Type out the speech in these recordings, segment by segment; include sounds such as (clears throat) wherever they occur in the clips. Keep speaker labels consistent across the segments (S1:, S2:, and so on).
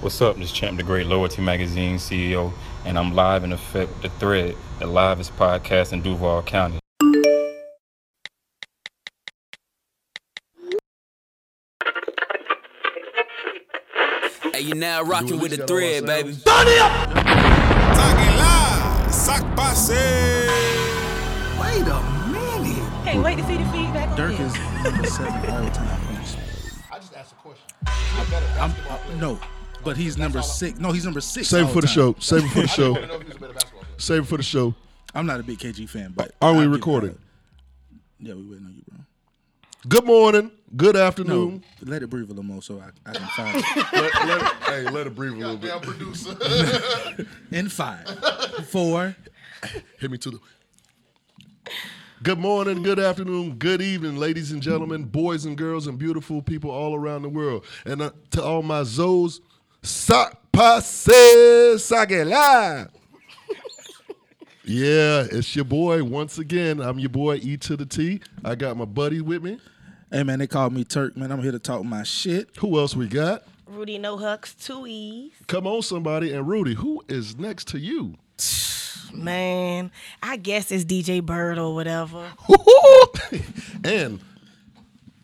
S1: What's up? This is Champ the Great Loyalty Magazine CEO, and I'm live in effect with the thread, the livest podcast in Duval County.
S2: Hey, you now rocking with the
S3: gotta
S2: thread,
S3: watch
S2: baby.
S4: Talking live, sock posse.
S3: Wait a minute.
S5: Can't wait to see the feedback. on
S3: Dirk
S5: this.
S3: is number seven all
S4: (laughs)
S3: time. I just asked a question. I'm, I'm, no, but he's number six. No, he's number six.
S6: Save it
S3: all
S6: for the
S3: time.
S6: show. Save it for the show. Save it for the show.
S3: I'm not a big KG fan, but
S6: Are
S3: I'll
S6: we
S3: give you
S6: recording?
S3: that. Yeah, we waiting on you, bro.
S6: Good morning. Good
S3: No,
S6: afternoon.
S3: let it breathe a little more so I, I can find it.
S6: Let- let it- hey, let it breathe a little bit.
S3: In five, four.
S6: Hit me to the. Good morning, good afternoon, good evening, ladies and gentlemen, boys and girls, and beautiful people all around the world. And uh, to all my Zoes, sock passe, sock it live. Yeah, it's your boy once again. I'm your boy E to the T. I got my buddy with me.
S3: Hey man, they called me Turk. Man, I'm here to talk my shit.
S6: Who else we got?
S5: Rudy No Hucks, two E's.
S6: Come on, somebody. And Rudy, who is next to you?
S5: Man, I guess it's DJ Bird or whatever.
S6: and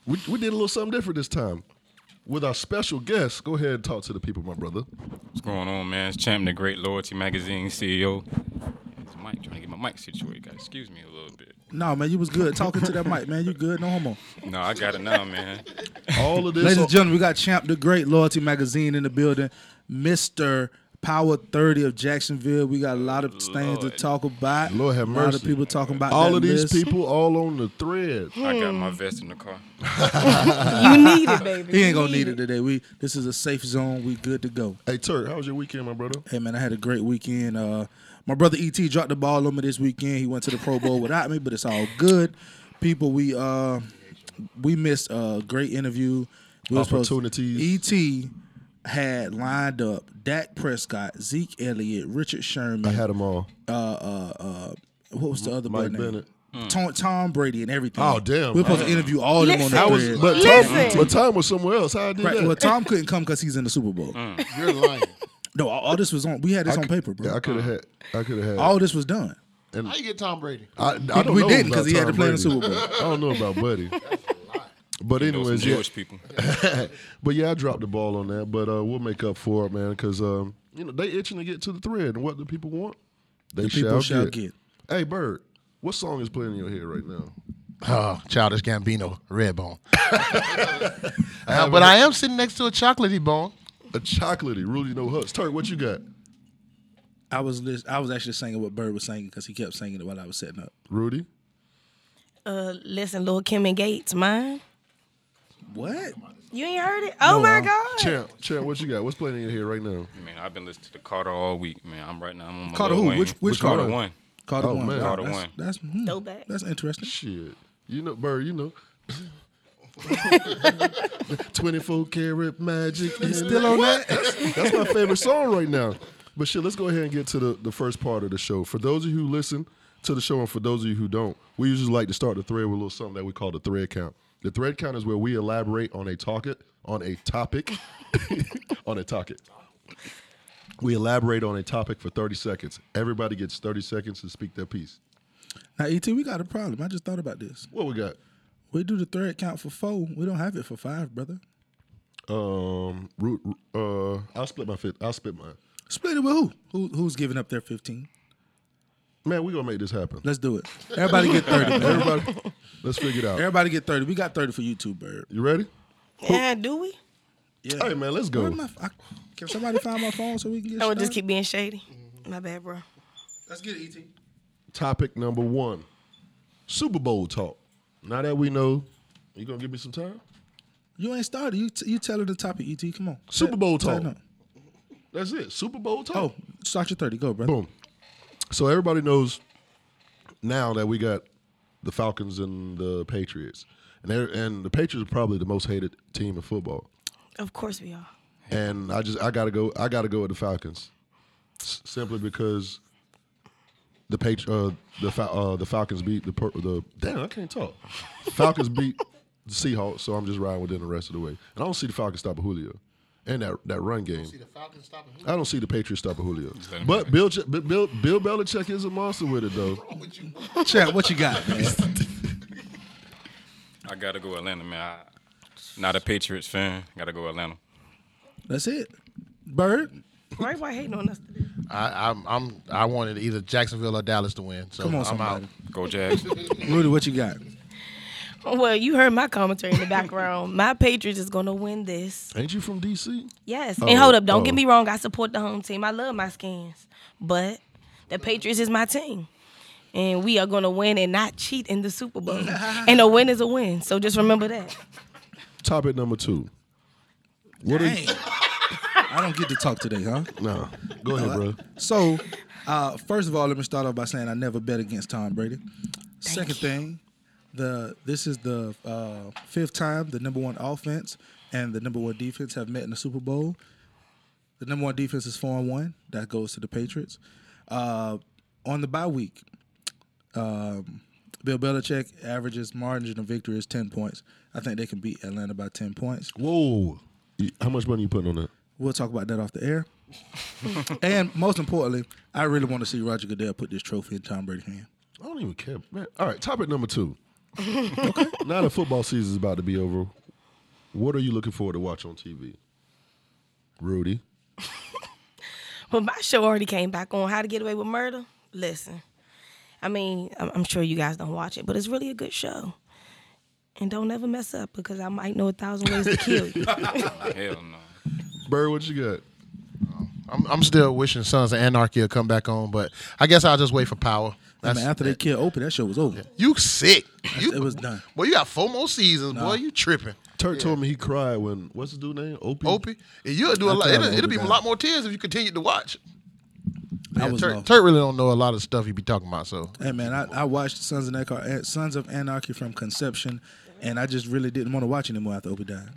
S6: we, we did a little something different this time with our special guest. Go ahead and talk to the people, my brother.
S1: What's going on, man? It's Champ the Great Loyalty Magazine E CEO. It's Mike trying to get my mic situated. Guys, excuse me a little bit.
S3: No man, you was good talking to that mic, man. You good? No homo.
S1: No, I got it now, man.
S6: All
S3: (laughs)
S6: of this.
S3: Ladies and gentlemen, we got Champ the Great Loyalty Magazine in the building, Mister Power Thirty of Jacksonville. We got a lot of things to
S1: Lord.
S3: talk about.
S6: Lord have
S3: a lot of
S6: mercy.
S3: people talking about
S6: all
S3: that
S6: of these
S3: list.
S6: people, all on the thread.
S1: I got my vest in the car.
S5: You need it,
S3: (laughs)
S5: baby.
S3: He
S5: You
S3: ain't gonna need it today. We this is a safe zone. We good to go.
S6: Hey, Turk, how was your weekend, my brother?
S3: Hey man, I had a great weekend. Uh, my brother ET dropped the ball on me this weekend. He went to the Pro Bowl (laughs) without me, but it's all good. People, we uh, we missed a great interview. We were supposed-
S6: Opportunities.
S3: ET had lined up Dak Prescott, Zeke Elliott, Richard Sherman.
S6: I had them all.
S3: what was the other boy
S6: Mike
S3: name?
S6: Bennett.
S3: Tom, Tom Brady and everything.
S6: Oh, damn.
S3: We were supposed to interview all of them on the
S6: I was,
S3: thread.
S6: but Tom,
S5: Listen.
S6: but Tom was somewhere else. How I did
S3: Right,
S6: that?
S3: well, Tom couldn't come because he's in the Super Bowl.
S4: Mm. You're lying.
S3: (laughs) No, all, all this was on. We had this
S6: I
S3: on
S6: c-
S3: paper, bro.
S6: Yeah, I could have had. I could have had.
S3: all this was done.
S4: How you get Tom Brady?
S6: I, I don't
S3: we
S6: know
S3: didn't
S6: because
S3: because he had to play in the Super Bowl.
S6: I don't know about Buddy. But
S1: Those some
S6: anyways, yeah,
S1: Jewish people.
S6: (laughs) but yeah, I dropped the ball on that. But uh, we'll make up for it, man, because um, you know they itching to get to the thread and what the people want, they
S3: people shall get.
S6: Hey, Bird, what song is playing in your head right now?
S7: Oh, childish Gambino, red
S4: (laughs)
S7: bone. Uh, but I am sitting next to a chocolatey bone.
S6: A chocolatey, Rudy No Hucks. Turk, what you got?
S3: I was lis- I was actually singing what Bird was singing because he kept singing it while I was setting up.
S6: Rudy,
S5: Uh, listen, Lil Kim and Gates, mine.
S3: What?
S5: You ain't heard it? Oh my God.
S6: Champ, Champ, what you got? What's playing in your head right now?
S1: Man, I've been listening to Carter all week, man. I'm right now. I'm on my
S3: Carter
S1: Lil
S3: who?
S1: Wayne.
S3: Which- which
S1: Carter
S3: Carter?
S1: one?
S3: Called
S6: Oh,
S3: one.
S6: man.
S1: Called a
S3: that's,
S1: one.
S3: That's hmm,
S5: Throwback.
S6: (laughs)
S3: That's interesting.
S6: Shit, you know, Bird, you
S3: (laughs)
S6: know. (laughs) 24 karat magic.
S3: Still on that?
S6: That's my favorite song right now. But shit, let's go ahead and get to the, the first part of the show. For those of you who listen to the show and for those of you who don't, we usually like to start the thread with a little something that we call the thread count. The thread count is where we elaborate on a topic, on a topic, (laughs) on a topic. We elaborate on a topic for 30 seconds. Everybody gets 30 seconds to speak their piece.
S3: Now, ET, we got a problem. I just thought about this.
S6: What we got?
S3: We do the thread count for four. We don't have it for five, brother.
S6: Um, root, uh, I'll split my fifth. I'll split mine.
S3: Split it with who? who who's giving up their 15?
S6: Man, we gonna make this
S3: (laughs)
S6: happen.
S3: Let's do it. Everybody get 30.
S6: (laughs)
S3: man.
S6: Everybody, let's figure it out.
S3: Everybody get 30. We got 30 for you too, Bird.
S6: You ready?
S5: Yeah, do we?
S3: Yeah.
S6: Hey man, let's go.
S3: Where my, I, can somebody find my phone so we can get
S5: No,
S3: started?
S5: just keep being shady.
S3: Mm-hmm.
S5: My bad, bro.
S3: Let's get it, ET.
S6: Topic number one Super Bowl talk. Now that we know, you gonna give me some time?
S3: You ain't started. You, E t- you tell her the topic, ET. Come on.
S6: Super Bowl
S3: Tell-
S6: talk.
S3: tell her no.
S6: That's it. Super Bowl talk.
S3: Oh, start your 30. Go, brother.
S6: Boom. So everybody knows now that we got the Falcons and the Patriots. And, they're- and the Patriots are probably the most hated team in football.
S5: Of course we are.
S6: And I just I gotta go I gotta go with the Falcons, S- simply because the Patri- uh, the Fal- uh, the Falcons beat the per- the damn I can't talk. Falcons beat the Seahawks, so I'm just riding with them the rest of the way. And I don't see the Falcons stopping Julio. and that that run game. I don't see the Patriots stopping Julio. But Bill, Ch- Bill Bill Bill Belichick is a monster with it though.
S3: Chad, what you got, man?
S1: I gotta go Atlanta, man. I, not a Patriots fan. Gotta go Atlanta.
S3: That's it. Bird,
S5: Right? Why hating on us (laughs) today?
S7: I, I'm, I'm, I wanted either Jacksonville or Dallas to win. So
S3: come on,
S7: I'm
S3: somebody.
S7: out.
S1: Go Jags.
S3: Rudy, what you got?
S5: Well, you heard my commentary in the background. my Patriots is gonna win this.
S6: Ain't you from DC?
S5: Yes.
S6: Oh,
S5: and hold up, don't
S6: oh.
S5: get me wrong. I support the home team. I love my skins, but the Patriots is my team. And we are gonna win and not cheat in the Super Bowl. and a win is a win. So just remember that.
S6: Topic number two. What are you?
S3: Dang. I don't get to talk today, huh?
S6: Nah, go ahead, bro.
S3: So, uh, first of all, let me start off by saying I never bet against Tom Brady. Second thing, the this is the uh, fifth time the number one offense and the number one defense have met in the Super Bowl. The number one defense is four and one. That goes to the Patriots. Uh, on the bye week, um, Bill Belichick averages margin of victory is ten points. I think they can beat Atlanta by ten points.
S6: Whoa, You- how much money you putting on that?
S3: We'll talk about that off the air. (laughs) and most importantly, I really want to see Roger Goodell put this trophy in Tom Brady's hand.
S6: I don't even care, man. All right, topic number two. okay. (laughs) Now the football season is about to be over. What are you looking forward to watch on TV, Rudy?
S5: Well, my show already came back on How to Get Away with Murder. Listen, I mean, I'm, I'm sure you guys don't watch it, but it's really a good show. And don't ever mess up because I might know a thousand ways to kill you.
S1: Hell no.
S6: Bird, what you got?
S7: I'm, I'm still wishing Sons of Anarchy will come back on, but I guess I'll just wait for Power.
S3: I mean,
S7: That's,
S3: after they killed Opie, that show was over.
S7: you sick. You,
S3: It was done.
S7: boy, you got four more seasons, boy. You tripping.
S6: Turk told me he cried when what's the dude name? Opie.
S7: Opie, you'll do a
S3: I
S7: lot.
S3: cried
S7: It'll,
S3: when
S7: it'll
S3: Opie
S7: be a
S3: died.
S7: lot more tears if you continue to watch.
S3: I
S7: Yeah,
S3: was
S7: Turk,
S3: lost.
S7: Turk really don't know a lot of stuff he be talking about. So
S3: Hey man, I, I watched Sons of Anarchy, Sons of Anarchy from conception, and I just really didn't want to watch anymore after Opie died.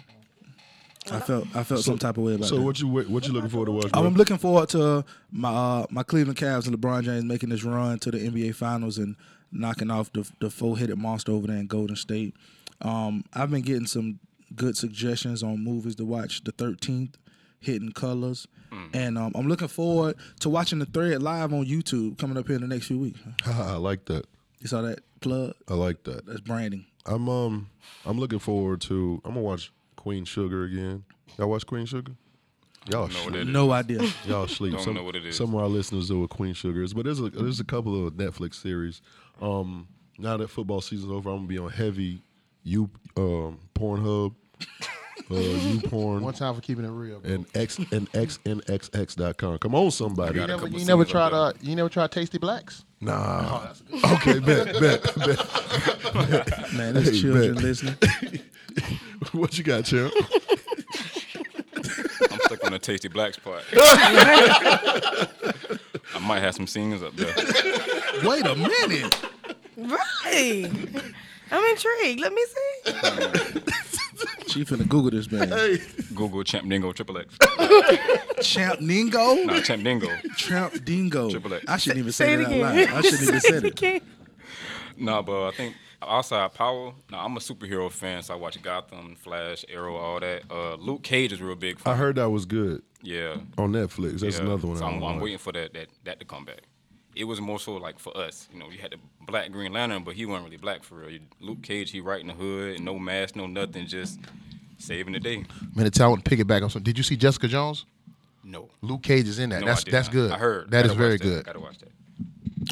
S3: I felt I felt some type of way about
S6: So
S3: that.
S6: what you wa- what you looking forward to watch? bro?
S3: I'm looking forward to my uh, my Cleveland Cavs and LeBron James making this run to the NBA Finals and knocking off the the four headed monster over there in Golden State. Um, I've been getting some good suggestions on movies to watch. The 13th, Hidden Colors, and um, I'm looking forward to watching the thread live on YouTube coming up here in the next few weeks.
S6: (laughs) I like that.
S3: You saw that plug?
S6: I like that.
S3: That's branding.
S6: I'm um I'm looking forward to I'm gonna watch Queen Sugar again. Y'all watch Queen Sugar? Y'all
S1: Know
S6: sleep.
S1: what it is.
S3: No idea.
S6: Y'all sleep.
S1: Don't
S6: some,
S1: know what it is.
S6: Some of our listeners know what Queen Sugar is, but there's a there's a couple of Netflix series. Um, now that football season's over, I'm gonna be on heavy you um Pornhub,
S3: (laughs)
S6: uh, you porn,
S7: one time for keeping it real. Bro.
S6: and x and x and xx.com. Come on, somebody.
S1: I got a
S7: You
S1: couple
S7: never
S1: singles out
S7: tried uh, you never tried Tasty Blacks.
S6: Nah. okay, bet, bet, bet.
S3: Man, there's
S6: Hey,
S3: children
S6: bet.
S3: listening.
S6: (laughs) What you got,
S3: (laughs)
S6: champ?
S1: there. I'm stuck on the tasty blacks part. I might have some singers up there.
S3: Wait a minute.
S5: right. I'm intrigued. Let me see.
S3: She finna Google this man.
S1: Google Champ Dingo Triple X.
S3: Champ Ningo.
S1: Nah, Champ Dingo.
S3: Tramp Dingo.
S1: Triple X.
S3: I shouldn't even
S5: Say
S3: say,
S5: it
S3: that out
S5: again.
S3: loud. I shouldn't even
S5: (laughs) Say
S3: say
S5: it
S3: it.
S5: again.
S1: Nah, but I think outside power. Nah, I'm a superhero fan, so I watch Gotham, Flash, Arrow, all that. Uh, Luke Cage is real big. For
S6: I heard that was good
S1: Yeah.
S6: on Netflix. That's
S1: yeah.
S6: another one.
S1: So
S6: I
S1: I'm,
S6: wanna
S1: I'm
S6: watch.
S1: waiting for that, that that to come back. It was more so like for us, you know, you had the black Green Lantern, but he wasn't really black for real. Luke Cage, he right in the hood, no mask, no nothing, just saving the day.
S7: Man, I want to pick it back up. So, did you see Jessica Jones?
S1: No.
S7: Luke Cage is in that.
S1: No, I
S7: that's
S1: did
S7: that's
S1: not.
S7: good.
S1: I heard.
S7: That
S1: Gotta
S7: is very
S1: watch
S7: good.
S1: Gotta watch that.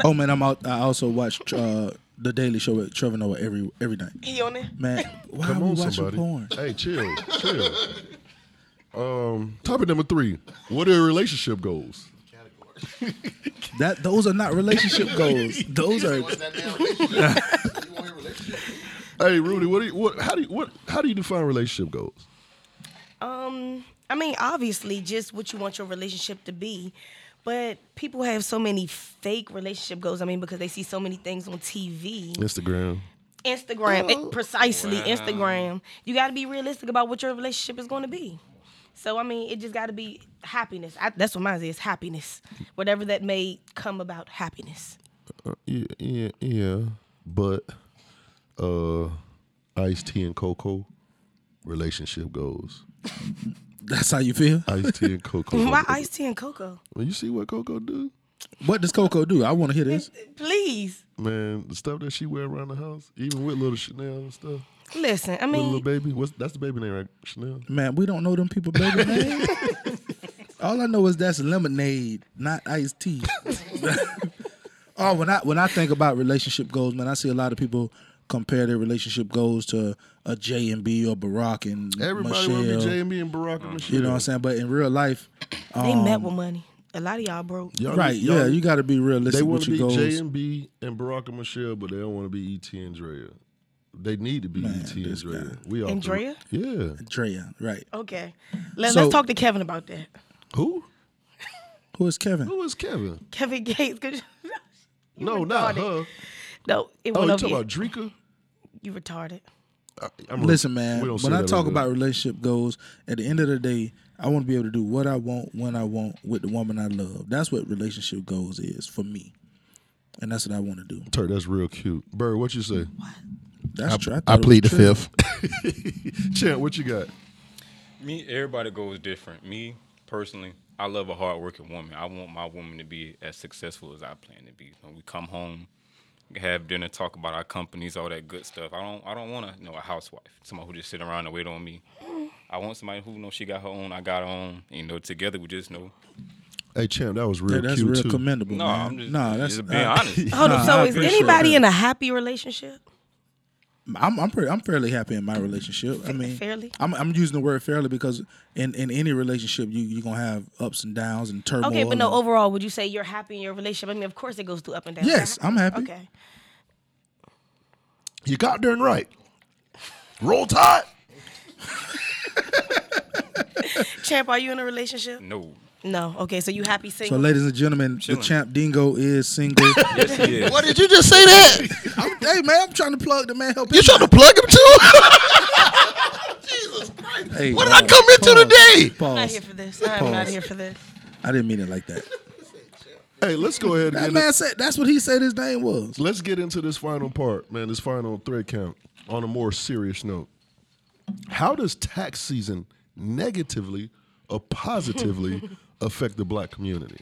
S3: Oh man, I'm out. I also watch uh, the Daily Show with Trevor Noah every every night.
S5: He on there.
S3: Man, why
S6: Come
S3: are we
S6: on,
S3: watching
S6: somebody.
S3: porn?
S6: Hey, chill, chill. Um, topic number three. What are relationship goals?
S3: That those are not relationship
S6: (laughs)
S3: goals. Those are
S6: Hey, Rudy, what do you, what how do you what how do you define relationship goals?
S5: I mean, obviously, just what you want your relationship to be. But people have so many fake relationship goals. I mean, because they see so many things on TV.
S6: Instagram.
S5: Instagram, it- precisely Instagram. You got to be realistic about what your relationship is going to be. So I mean, it just got to be happiness. I, that's what mine is: happiness, whatever that may come about. Happiness.
S6: Uh, Yeah, yeah, yeah. But uh iced tea and cocoa, relationship goals.
S3: That's how you feel.
S6: Iced tea and cocoa.
S5: (laughs) Why iced tea and cocoa?
S6: Well, you see what Coco do,
S3: What does Coco do? I want to hear this.
S5: Please.
S6: man? The stuff that she wear around the house, even with little Chanel and stuff.
S5: Listen, I
S6: With little
S5: mean,
S6: baby, what's that's the baby name, right? Chanel.
S3: Man, we don't know them people,
S6: (laughs)
S3: baby. Man. All I know is that's lemonade, not
S6: (laughs)
S3: iced tea. oh, when I when I think about relationship goals, man, I see a lot of people compare their relationship goals to a J and B or Barack and
S6: Everybody
S3: Michelle.
S6: want to be Jamie and Barack and Michelle.
S3: You know what I'm saying? But in real life,
S5: they met with money. A lot of y'all broke.
S6: Y'all-
S3: right?
S6: y'all-
S3: um, yeah, you got to be
S6: They
S3: realistic
S6: want
S3: with
S6: to
S3: your
S6: be
S3: goals.
S6: J and B and Barack and Michelle, but they don't want to be E.T. and Drea. They need to be E.T. and
S3: this
S6: Drea.
S3: guy.
S6: We all
S5: And Drea?
S6: Yeah.
S3: Drea, right?
S5: Okay. Let,
S3: So-
S5: let's talk to Kevin about that.
S6: Who?
S3: Who is Kevin?
S6: Who is Kevin?
S5: Kevin Gates. Cause (laughs) you,
S6: no, not her.
S5: no, it
S6: Oh,
S5: went
S6: you
S5: over
S6: talking
S5: you.
S6: about Drika?
S5: You retarded.
S6: I- I'm a-
S3: Listen, man.
S6: we don't say
S3: When I
S6: that
S3: talk
S6: over
S3: about relationship goals, at the end of the day, I want to be able to do what I want when I want with the woman I love. That's what relationship goals is for me, and that's what I want to do.
S6: there. Turk, that's real cute. Bird, what you say?
S3: That's true. thought
S7: I
S3: it was
S7: plead the
S3: true.
S7: fifth.
S6: Champ, what you got?
S1: Me, everybody goes different. Me personally, I love a hardworking woman. I want my woman to be as successful as I plan to be. When we come home, have dinner, talk about our companies, all that good stuff. I don't, I don't want to you know a housewife, somebody who just sit around and wait on me. I want somebody who knows she got her own, I got her own. You know, together we just know.
S6: Hey, Champ, that was real
S3: Yeah, that's
S6: cute
S3: real
S6: too.
S3: commendable.
S1: No,
S3: man.
S1: I'm just,
S3: nah, that's uh,
S1: just being
S3: I-
S1: honest.
S3: (laughs)
S5: Hold on. So
S3: I
S5: is
S3: appreciate
S5: anybody
S3: that.
S5: in a happy relationship?
S3: I'm I'm, pretty, I'm fairly happy in my relationship. I mean,
S5: fairly?
S3: I'm, I'm using the word fairly because in, in any relationship you you are gonna have ups and downs and turmoil.
S5: Okay, but no, oh,
S3: and-
S5: overall, would you say you're happy in your relationship? I mean, of course it goes through up and down.
S3: Yes, I'm happy.
S5: Okay.
S6: You got darn right. Roll Tide.
S5: Champ, are you in a relationship?
S1: No,
S5: No. Okay, so you happy
S3: So,
S5: single?
S3: ladies and gentlemen,
S1: Chilling.
S3: the champ Dingo
S1: (laughs)
S3: is single.
S1: yes, he is.
S7: What did you just say that?
S3: I'm, hey man, I'm trying to plug the man. Help
S7: You
S3: him
S7: trying to plug him too?
S3: out. Hey,
S7: What did I
S3: uh,
S7: come into
S3: pause,
S7: today?
S5: I'm not
S3: Pause.
S5: here for this. I'm not
S3: Pause.
S5: here for this.
S3: I didn't mean it like that.
S6: Hey, let's go ahead and
S3: That
S6: get
S3: man said that's what he said his name was.
S6: let's get into this final part, man, this final thread count on a more serious note. How does tax season negatively or positively
S3: (laughs)
S6: affect the black community?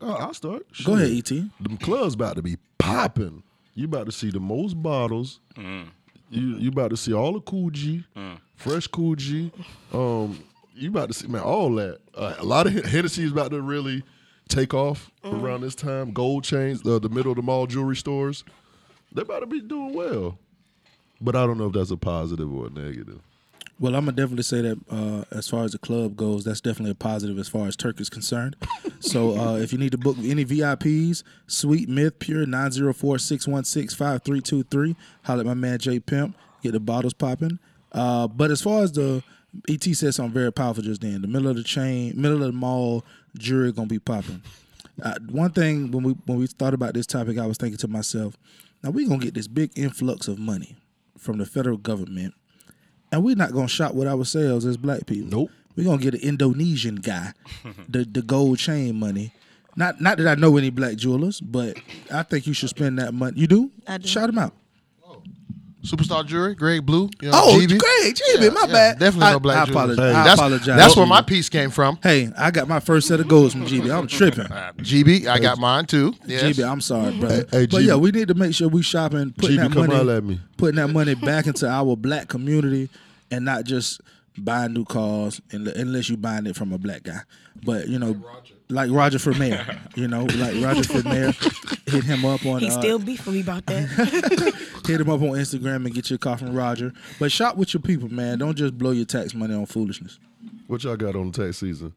S6: Oh, I'll start.
S3: Go ahead, E
S6: Shit.
S3: Et.
S6: Them clubs about to be popping. You about to see the most bottles. You you about to see all the Coogee, fresh Coogee. Um, you about to see man all that. Uh, a lot of Hen- Hennessy is about to really take off
S3: Mm.
S6: around this time. Gold chains, uh, the middle of the mall jewelry stores, they about to be doing well. But I don't know if that's a positive or a negative.
S3: Well, I'm gonna definitely say that uh, as far as the club goes, that's definitely a positive as far as Turk is concerned. so uh, if you need to book any VIPs, Sweet Myth Pure 904-616-5323. Holler at my man J Pimp. Get the bottles popping. Uh, but as far as the ET said something very powerful just then. The middle of the chain, middle of the mall, jury gonna be popping. Uh, one thing when we when we thought about this topic, I was thinking to myself, now we're gonna get this big influx of money from the federal government and we're not gonna shop with ourselves as black people.
S6: Nope.
S3: We're gonna get an
S7: (laughs)
S3: Indonesian guy, the the gold chain money. Not not that I know any black jewelers, but I think you should spend that money. You do?
S5: I do.
S3: Shout him out.
S7: Superstar jury, Greg Blue. You know,
S3: Oh,
S7: GB.
S3: great, GB, my
S7: Yeah,
S3: bad.
S7: Definitely
S3: I,
S7: no black
S3: I
S7: jewelry.
S3: apologize.
S7: Hey,
S3: I
S7: that's,
S3: apologize.
S7: That's where
S3: to
S7: my
S3: you.
S7: piece came from.
S3: Hey, I got my first set of goals from GB.
S7: (laughs)
S3: I'm tripping.
S7: GB, I got mine too. Yes.
S3: GB, I'm sorry, brother.
S6: Hey, hey,
S3: but
S6: GB.
S3: yeah, we need to make sure we shopping, putting
S6: GB,
S3: that
S6: come
S3: money,
S6: holler at me.
S3: putting that money back into our black community, and not just buying new cars, and- unless you buying it from a black guy. But you know, like Roger for mayor, you know, like Roger for (laughs) mayor, hit him up on
S5: He
S3: uh,
S5: still beefing me
S3: (laughs)
S5: about that.
S3: hit him up on Instagram and get your car from Roger. But shop with your people, man. Don't just blow your tax money on foolishness.
S6: What y'all got on the tax season?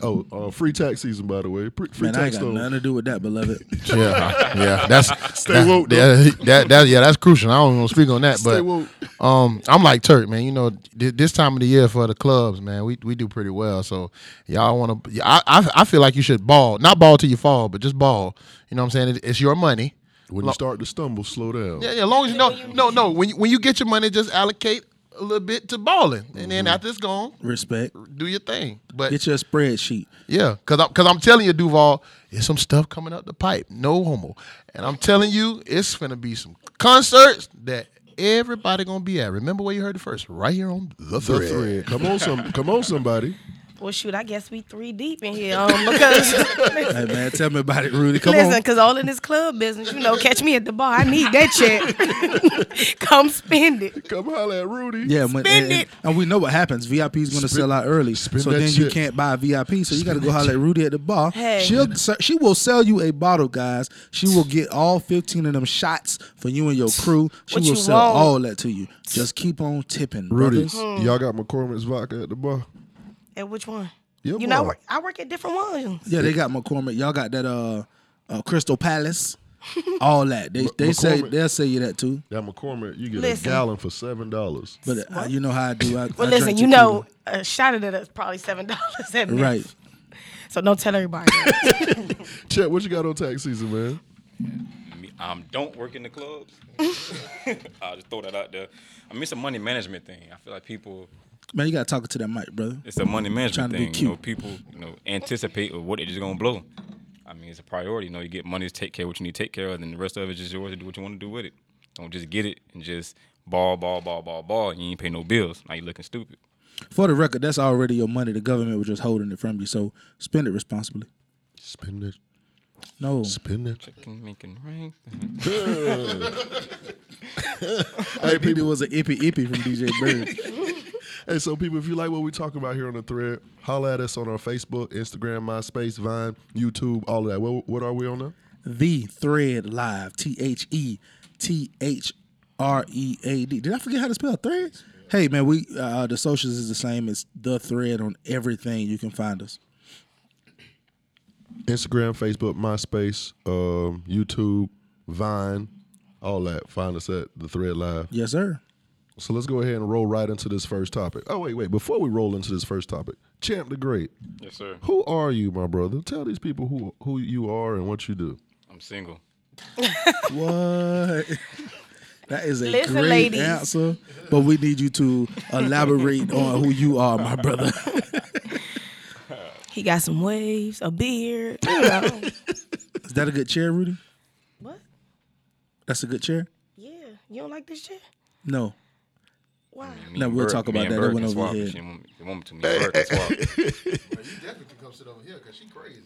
S6: Oh, uh, free tax season, by the way. Pre- free
S3: Man, I ain't
S6: tax
S3: got
S6: loans.
S3: nothing to do with that, beloved.
S6: (laughs)
S7: Yeah, yeah, that's
S6: Stay
S7: that,
S6: woke, though.
S7: That, that, that- yeah, that's crucial. I don't want to speak on that,
S6: Stay
S7: but
S6: woke.
S7: um, I'm like Turk, man. You know, th- this time of the year for the clubs, man, we, we do pretty well. So y'all want to? I, I I feel like you should ball, not ball till you fall, but just ball. You know what I'm saying? It, it's your money.
S6: When you start to stumble, slow down.
S7: Yeah, yeah. As long as you know, no, no. When you, when you get your money, just allocate a little bit to balling, and then
S6: Mm-hmm.
S7: after it's gone,
S3: Respect.
S7: do your thing. But
S3: Get your spreadsheet.
S7: yeah, cause I'm cause I'm telling you, Duval, there's some stuff coming up the pipe. No homo, and I'm telling you, it's gonna be some concerts that everybody gonna be at. Remember where you heard it first, right here on the
S6: The
S7: thread.
S6: thread. Come on, some. Come on, somebody.
S5: Well, shoot, I guess we three deep in here um, because
S3: (laughs) Hey man, tell me about it, Rudy. Come
S5: listen,
S3: on.
S5: because all in this club business, you know, catch me at the bar. I need that check. (laughs) Come spend it.
S6: Come holler at Rudy.
S3: Yeah, when, and, and,
S5: it.
S3: and we know what happens. VIP is going to sell out early,
S6: spend
S3: so
S6: that
S3: then you
S6: shit.
S3: can't buy a VIP. So you got to go holler at Rudy at the bar.
S5: Hey.
S3: She'll se- she will sell you a bottle, guys. She will get all fifteen of them shots for you and your crew. She
S5: What
S3: will
S5: you
S3: sell
S5: want?
S3: all that to you. Just keep on tipping,
S6: Rudy,
S3: brothers.
S6: y'all got McCormick's vodka at the bar.
S5: At which one?
S6: Your
S5: you
S6: bar.
S5: know, I work, I work at different ones.
S3: Yeah, they got McCormick. Y'all got that uh, uh Crystal
S5: (laughs)
S3: Palace, all that. They they say
S6: McCormick-
S3: they'll say you that too.
S6: That McCormick, you get
S5: Listen.
S6: a gallon for seven dollars.
S3: But uh, you know how I do. I,
S5: Well,
S3: I
S5: listen,
S3: drink
S5: you
S3: tequila.
S5: know, a shot of that is probably seven (laughs) dollars at best.
S3: right?
S5: So don't tell everybody.
S6: Chet, what you got on tax season, man?
S1: Me- um, don't work in the
S3: (laughs)
S1: clubs. (laughs) I'll just throw that out there. I mean, it's a money management thing. I feel like people,
S3: Man, you got to talk to that mic, brother.
S1: it's a money
S3: Trying
S1: management
S3: to be
S1: thing. You know,
S3: cute.
S1: people, you know, anticipate of what it is gonna blow. I mean, it's a priority. You know, you get money to take care of what you need to take care of, and the rest of it is just yours to do what you want to do with it. Don't just get it and just ball, ball, ball, ball, ball. And you ain't pay no bills. Now you looking stupid.
S3: For the record, that's already your money. The government was just holding it from you, so spend it responsibly.
S6: Spend it.
S3: No,
S6: Spend it.
S1: Can make it rain.
S3: hey, people was an ippy ippy from DJ Bird.
S6: Hey, so people, if you like what we talk about here on the thread, holla at us on our Facebook, Instagram, MySpace, Vine, YouTube, all of that. What, what are we on now?
S3: (laughs) the Thread Live, T H E T H R E A D. Did I forget how to spell thread? Hey man, we uh, the socials is the same. It's the thread on everything. You can find us.
S6: Instagram, Facebook, MySpace, um, YouTube, Vine, all that. Find us at the Thread Live.
S3: Yes, sir.
S6: So let's go ahead and roll right into this first topic. Oh wait, wait! Before we roll into this first topic, Champ the Great,
S1: Yes, sir.
S6: who are you, my brother? Tell these people who who you are and what you do.
S1: I'm single.
S3: What? (laughs) That is a
S5: Listen,
S3: great
S5: ladies.
S3: answer, but we need you to elaborate on who you are, my brother.
S5: (laughs) he got some waves, a beard. You know.
S3: (laughs) Is that a good chair, Rudy?
S5: (laughs) what?
S3: That's a good chair.
S5: Yeah, you don't like this shit?
S3: No,
S5: Why?
S1: Me
S3: No,
S1: and
S3: we'll
S1: Berg-
S3: talk
S1: me
S3: about
S1: and
S3: that. That
S1: Berg
S3: went
S1: can
S3: over
S1: swap.
S3: your head.
S1: She want me- she want me to meet Berg and (laughs) swap.
S8: definitely can come sit over here because she crazy.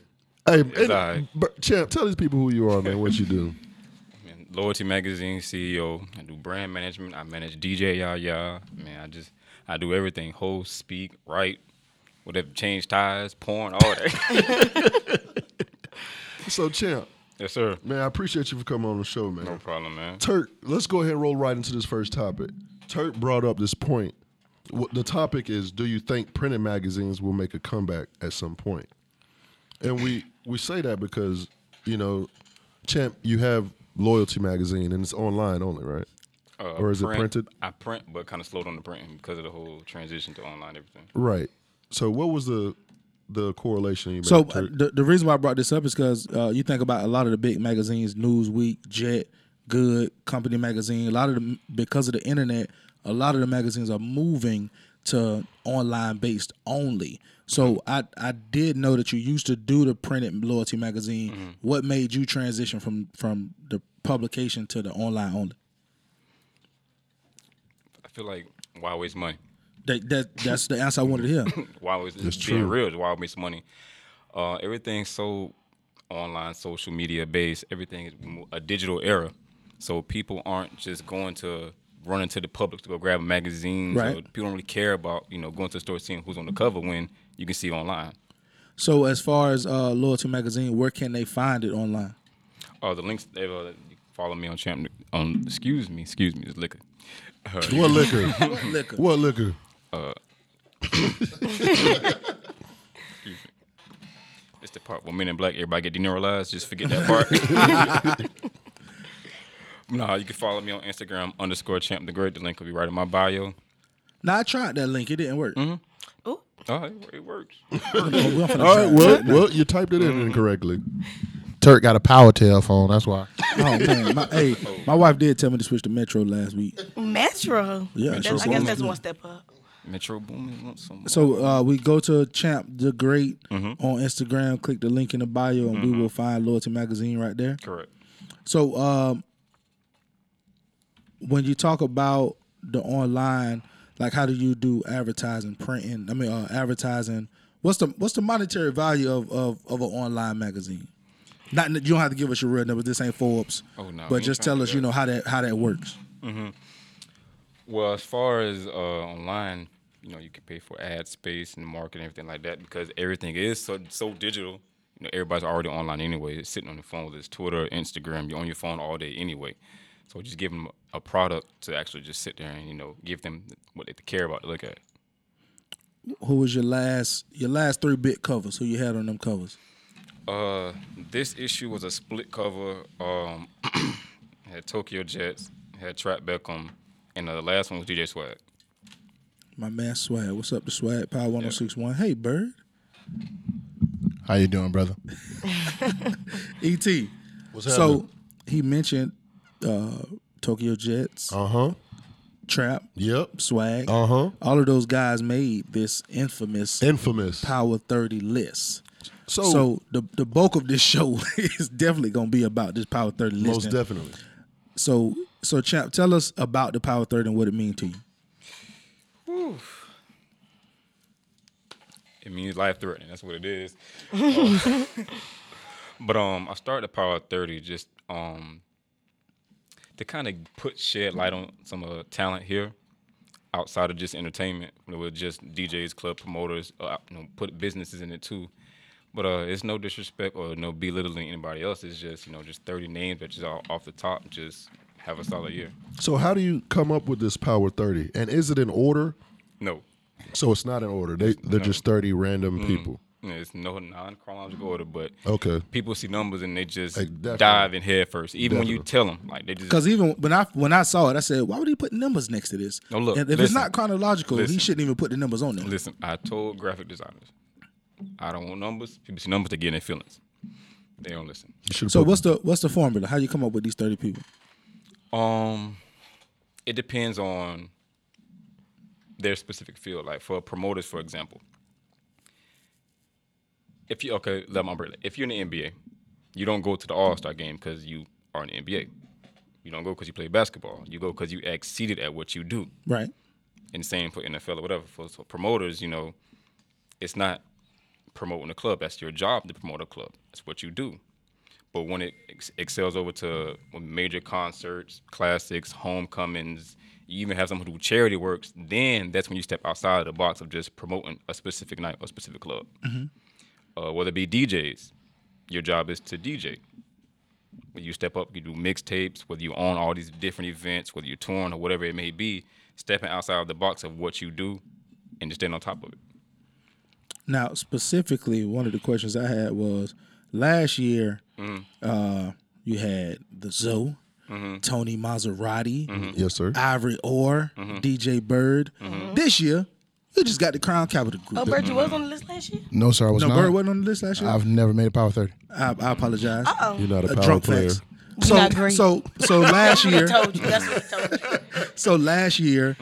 S6: Hey, and-
S1: alright.
S6: but Champ, tell these people who you are, man. What you do?
S1: Man, Loyalty Magazine CEO. I do brand management. I manage DJ y'all y'all. Man, I just I do everything. Host, speak, write, whatever. Change tires, porn, all that.
S6: So Champ,
S1: yes, sir.
S6: man, I appreciate you for coming on the show, man.
S1: No problem, man.
S6: Turk, let's go ahead and roll right into this first topic. Turk brought up this point. What- The topic is: Do you think printed magazines will make a comeback at some point? And we we say that because you know, Champ, you have Loyalty Magazine, and it's online only, right?
S1: Uh,
S6: Or is it printed?
S1: I print, but kind of slowed on the printing because of the whole transition to online everything.
S6: Right. So what was the the correlation you made?
S3: So uh,
S6: Turk?
S3: the, the reason why I brought this up is because uh, you think about a lot of the big magazines, Newsweek, Jet, Good, Company Magazine. A lot of them because of the internet, a lot of the magazines are moving to online based only. So I I did know that you used to do the printed loyalty magazine. What made you transition from from the publication to the online only?
S1: I feel like why waste money?
S3: That, that that's the answer I wanted to hear.
S1: Why was it's being
S6: true.
S1: real? Is why waste money? Uh, everything's so online, social media based. Everything is mo- a digital era, so people aren't just going to running to the public to go grab a magazine. So
S3: Right.
S1: people don't really care about you know going to the store seeing who's on the cover when you can see online.
S3: So as far as uh, loyalty magazine, where can they find it online?
S1: Oh, the links. They, uh, you follow me on champ. On excuse me, excuse me, it's liquor.
S6: what liquor?
S3: Liquor.
S6: what liquor?
S1: Mm-hmm. It's the part where men in black, everybody get deneuralized. Just forget that part. nah, you can follow me on Instagram underscore champ the great. The link will be right in my bio.
S3: Now I tried that link, it didn't work.
S5: Ooh,
S1: Oh, it, it works.
S3: Oh, We don't finna
S6: All
S3: try
S6: right.
S3: it.
S6: Well, well, you typed it in incorrectly.
S7: Turk got a power tail phone. That's why.
S3: Oh man, my, hey, my wife did tell me to switch to Metro last week.
S5: Metro.
S3: Yeah, Metro
S5: That's- I guess
S3: Boomin.
S5: that's one step up.
S1: Metro Boomin wants some.
S3: So uh, we go to Champ the Great
S1: Mm-hmm.
S3: on Instagram. Click the link in the bio, and we will find Loyalty Magazine right there.
S1: Correct.
S3: So um, when you talk about the online, like how do you do advertising, printing? I mean, uh, advertising. What's the what's the monetary value of of, of an online magazine? Not you don't have to give us your real number. This ain't Forbes.
S1: Oh, no, we
S3: But
S1: ain't
S3: just
S1: trying to
S3: tell
S1: do
S3: us, you
S1: that.
S3: know how that how that works.
S1: Well, as far as uh, online, you know, you can pay for ad space and marketing everything like that because everything is so so digital. You know, everybody's already online anyway. It's sitting on the phone. There's Twitter, Instagram. You're on your phone all day anyway. So just give them a product to actually just sit there and you know give them what they care about to look at.
S3: Who was your last your last three bit covers? Who you had on them covers?
S1: Uh, this issue was a split cover. Um, (clears throat) had Tokyo Jets, had Trap Beckham, and uh, the last one was DJ Swag.
S3: My man Swag. What's up to Swag? Power 1061. Hey Bird.
S7: How you doing, brother?
S3: ET. E So
S6: happening?
S3: he mentioned uh, Tokyo Jets,
S6: Uh huh.
S3: Trap,
S6: Yep.
S3: Swag.
S6: Uh huh.
S3: All of those guys made this infamous
S6: Infamous.
S3: Power 30 list.
S6: So,
S3: So the the bulk of this (laughs) show is definitely going to be about this Power 30 list.
S6: most definitely.
S3: So so champ, tell us about the Power 30 and what it means to you.
S1: It means life threatening. That's what it is. but um, I started at Power 30 just um to kind of put shed light on some of the talent here outside of just entertainment. It was just DJs, club promoters, uh, you know, put businesses in it too. But uh, it's no disrespect or no belittling anybody else. It's just you know just 30 names that just all off the top just have a solid year.
S6: So how do you come up with this Power 30? And is it in order?
S1: No,
S6: So it's not in order. They they're just 30 random people.
S1: it's no non chronological order, but
S6: Okay.
S1: people see numbers and they just
S6: Like, definitely.
S1: dive in head first. Even when you tell them, like they just
S3: Because even when I when I saw it, I said, "Why would he put numbers next to this?
S1: No, Oh, look,
S3: And if it's
S1: listen.
S3: not chronological, he
S1: Listen.
S3: shouldn't even put the numbers on there."
S1: listen. I told graphic designers, I don't want numbers. People see numbers, they get in their feelings. They don't listen.
S6: You should've
S3: So
S6: put-
S3: what's the what's the formula? How you come up with these thirty people?
S1: Um, it depends on their specific field. Like for promoters, for example, if you okay, let my break. If you're in the NBA, you don't go to the All Star game because you are in the NBA. You don't go because you play basketball. You go because you exceeded at what you do.
S3: Right.
S1: and same for NFL or whatever. For, for promoters, you know, it's not promoting the club. That's your job to promote a club. That's what you do. But when it ex- excels over to major concerts, classics, homecomings, you even have someone who do charity works, then that's when you step outside of the box of just promoting a specific night or specific club. Uh, whether it be DJs, your job is to DJ. When you step up, you do mixtapes, whether you own all these different events, whether you're touring or whatever it may be, stepping outside of the box of what you do and just staying on top of it.
S3: Now, specifically, one of the questions I had was last year,
S1: Mm-hmm.
S3: uh, you had the Zoo, Tony Maserati,
S1: Mm-hmm.
S6: Yes, sir.
S3: Ivory Orr, DJ Bird.
S1: Mm-hmm.
S3: This year, you just got the Crown Capital Group.
S5: Oh, Bird, you was on the list last year?
S7: No, sir, I was
S3: no,
S7: not.
S3: Bird wasn't on the list last year.
S7: I've never made a power thirty.
S3: I, I apologize.
S6: You're not a
S3: A
S6: power
S3: drunk
S6: player.
S3: facts.
S5: We
S3: So,
S5: not great.
S3: so, so
S5: (laughs)
S3: last year,
S5: Told you. That's what I told you.
S3: so last year,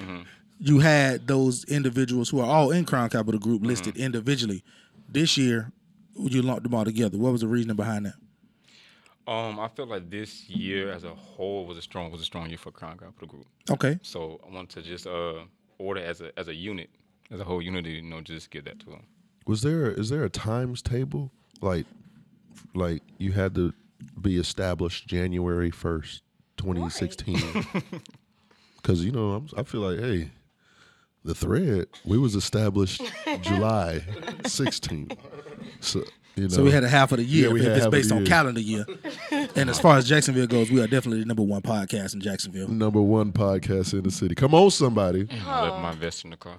S3: you had those individuals who are all in Crown Capital Group listed individually. This year, you lumped them all together. What was the reasoning behind that?
S1: Um, I feel like this year as a whole was a strong was a strong year for Crown Capital Group.
S3: Okay.
S1: So I want to just uh, order as a as a unit, as a whole unity, you know, just give that to them.
S6: Was there is there a times table like like you had to be established January 1st, 2016? Cuz you know, I'm, I feel like hey, the thread we was established July 16th. So, you know.
S3: So we had a half of the year
S6: Yeah, we
S3: if
S6: had
S3: it's
S6: half of
S3: based
S6: the
S3: on
S6: year.
S3: calendar year. and as far as Jacksonville goes, we are definitely the number one podcast in Jacksonville.
S6: number 1 podcast in the city. Come on somebody.
S1: I left my vest in the car.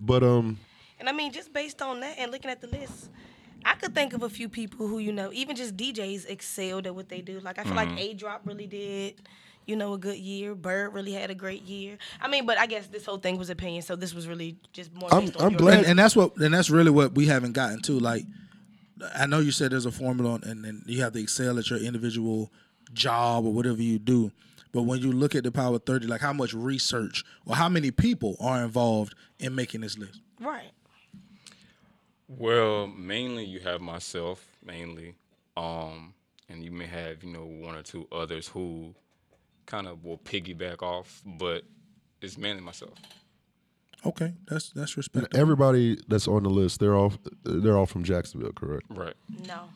S6: But um
S5: And I mean, just based on that and looking at the list, I could think of a few people who, you know, even just DJs excelled at what they do. Like, I feel like A Drop really did, you know, a good year. Bird really had a great year. I mean, but I guess this whole thing was opinion, so this was really just more.
S6: I'm-
S5: based on
S6: I'm
S5: your-
S6: glad-
S3: And, and that's what and that's really what we haven't gotten to. Like I know you said there's a formula and, and you have to excel at your individual job or whatever you do. But when you look at the power thirty, like how much research or how many people are involved in making this list?
S5: Right.
S1: Well, mainly you have myself, mainly, um, and you may have you know one or two others who kind of will piggyback off, but it's mainly myself.
S3: Okay, that's that's
S6: And
S3: respectable.
S6: everybody that's on the list, they're all they're all from Jacksonville, correct?
S1: Right.
S5: No.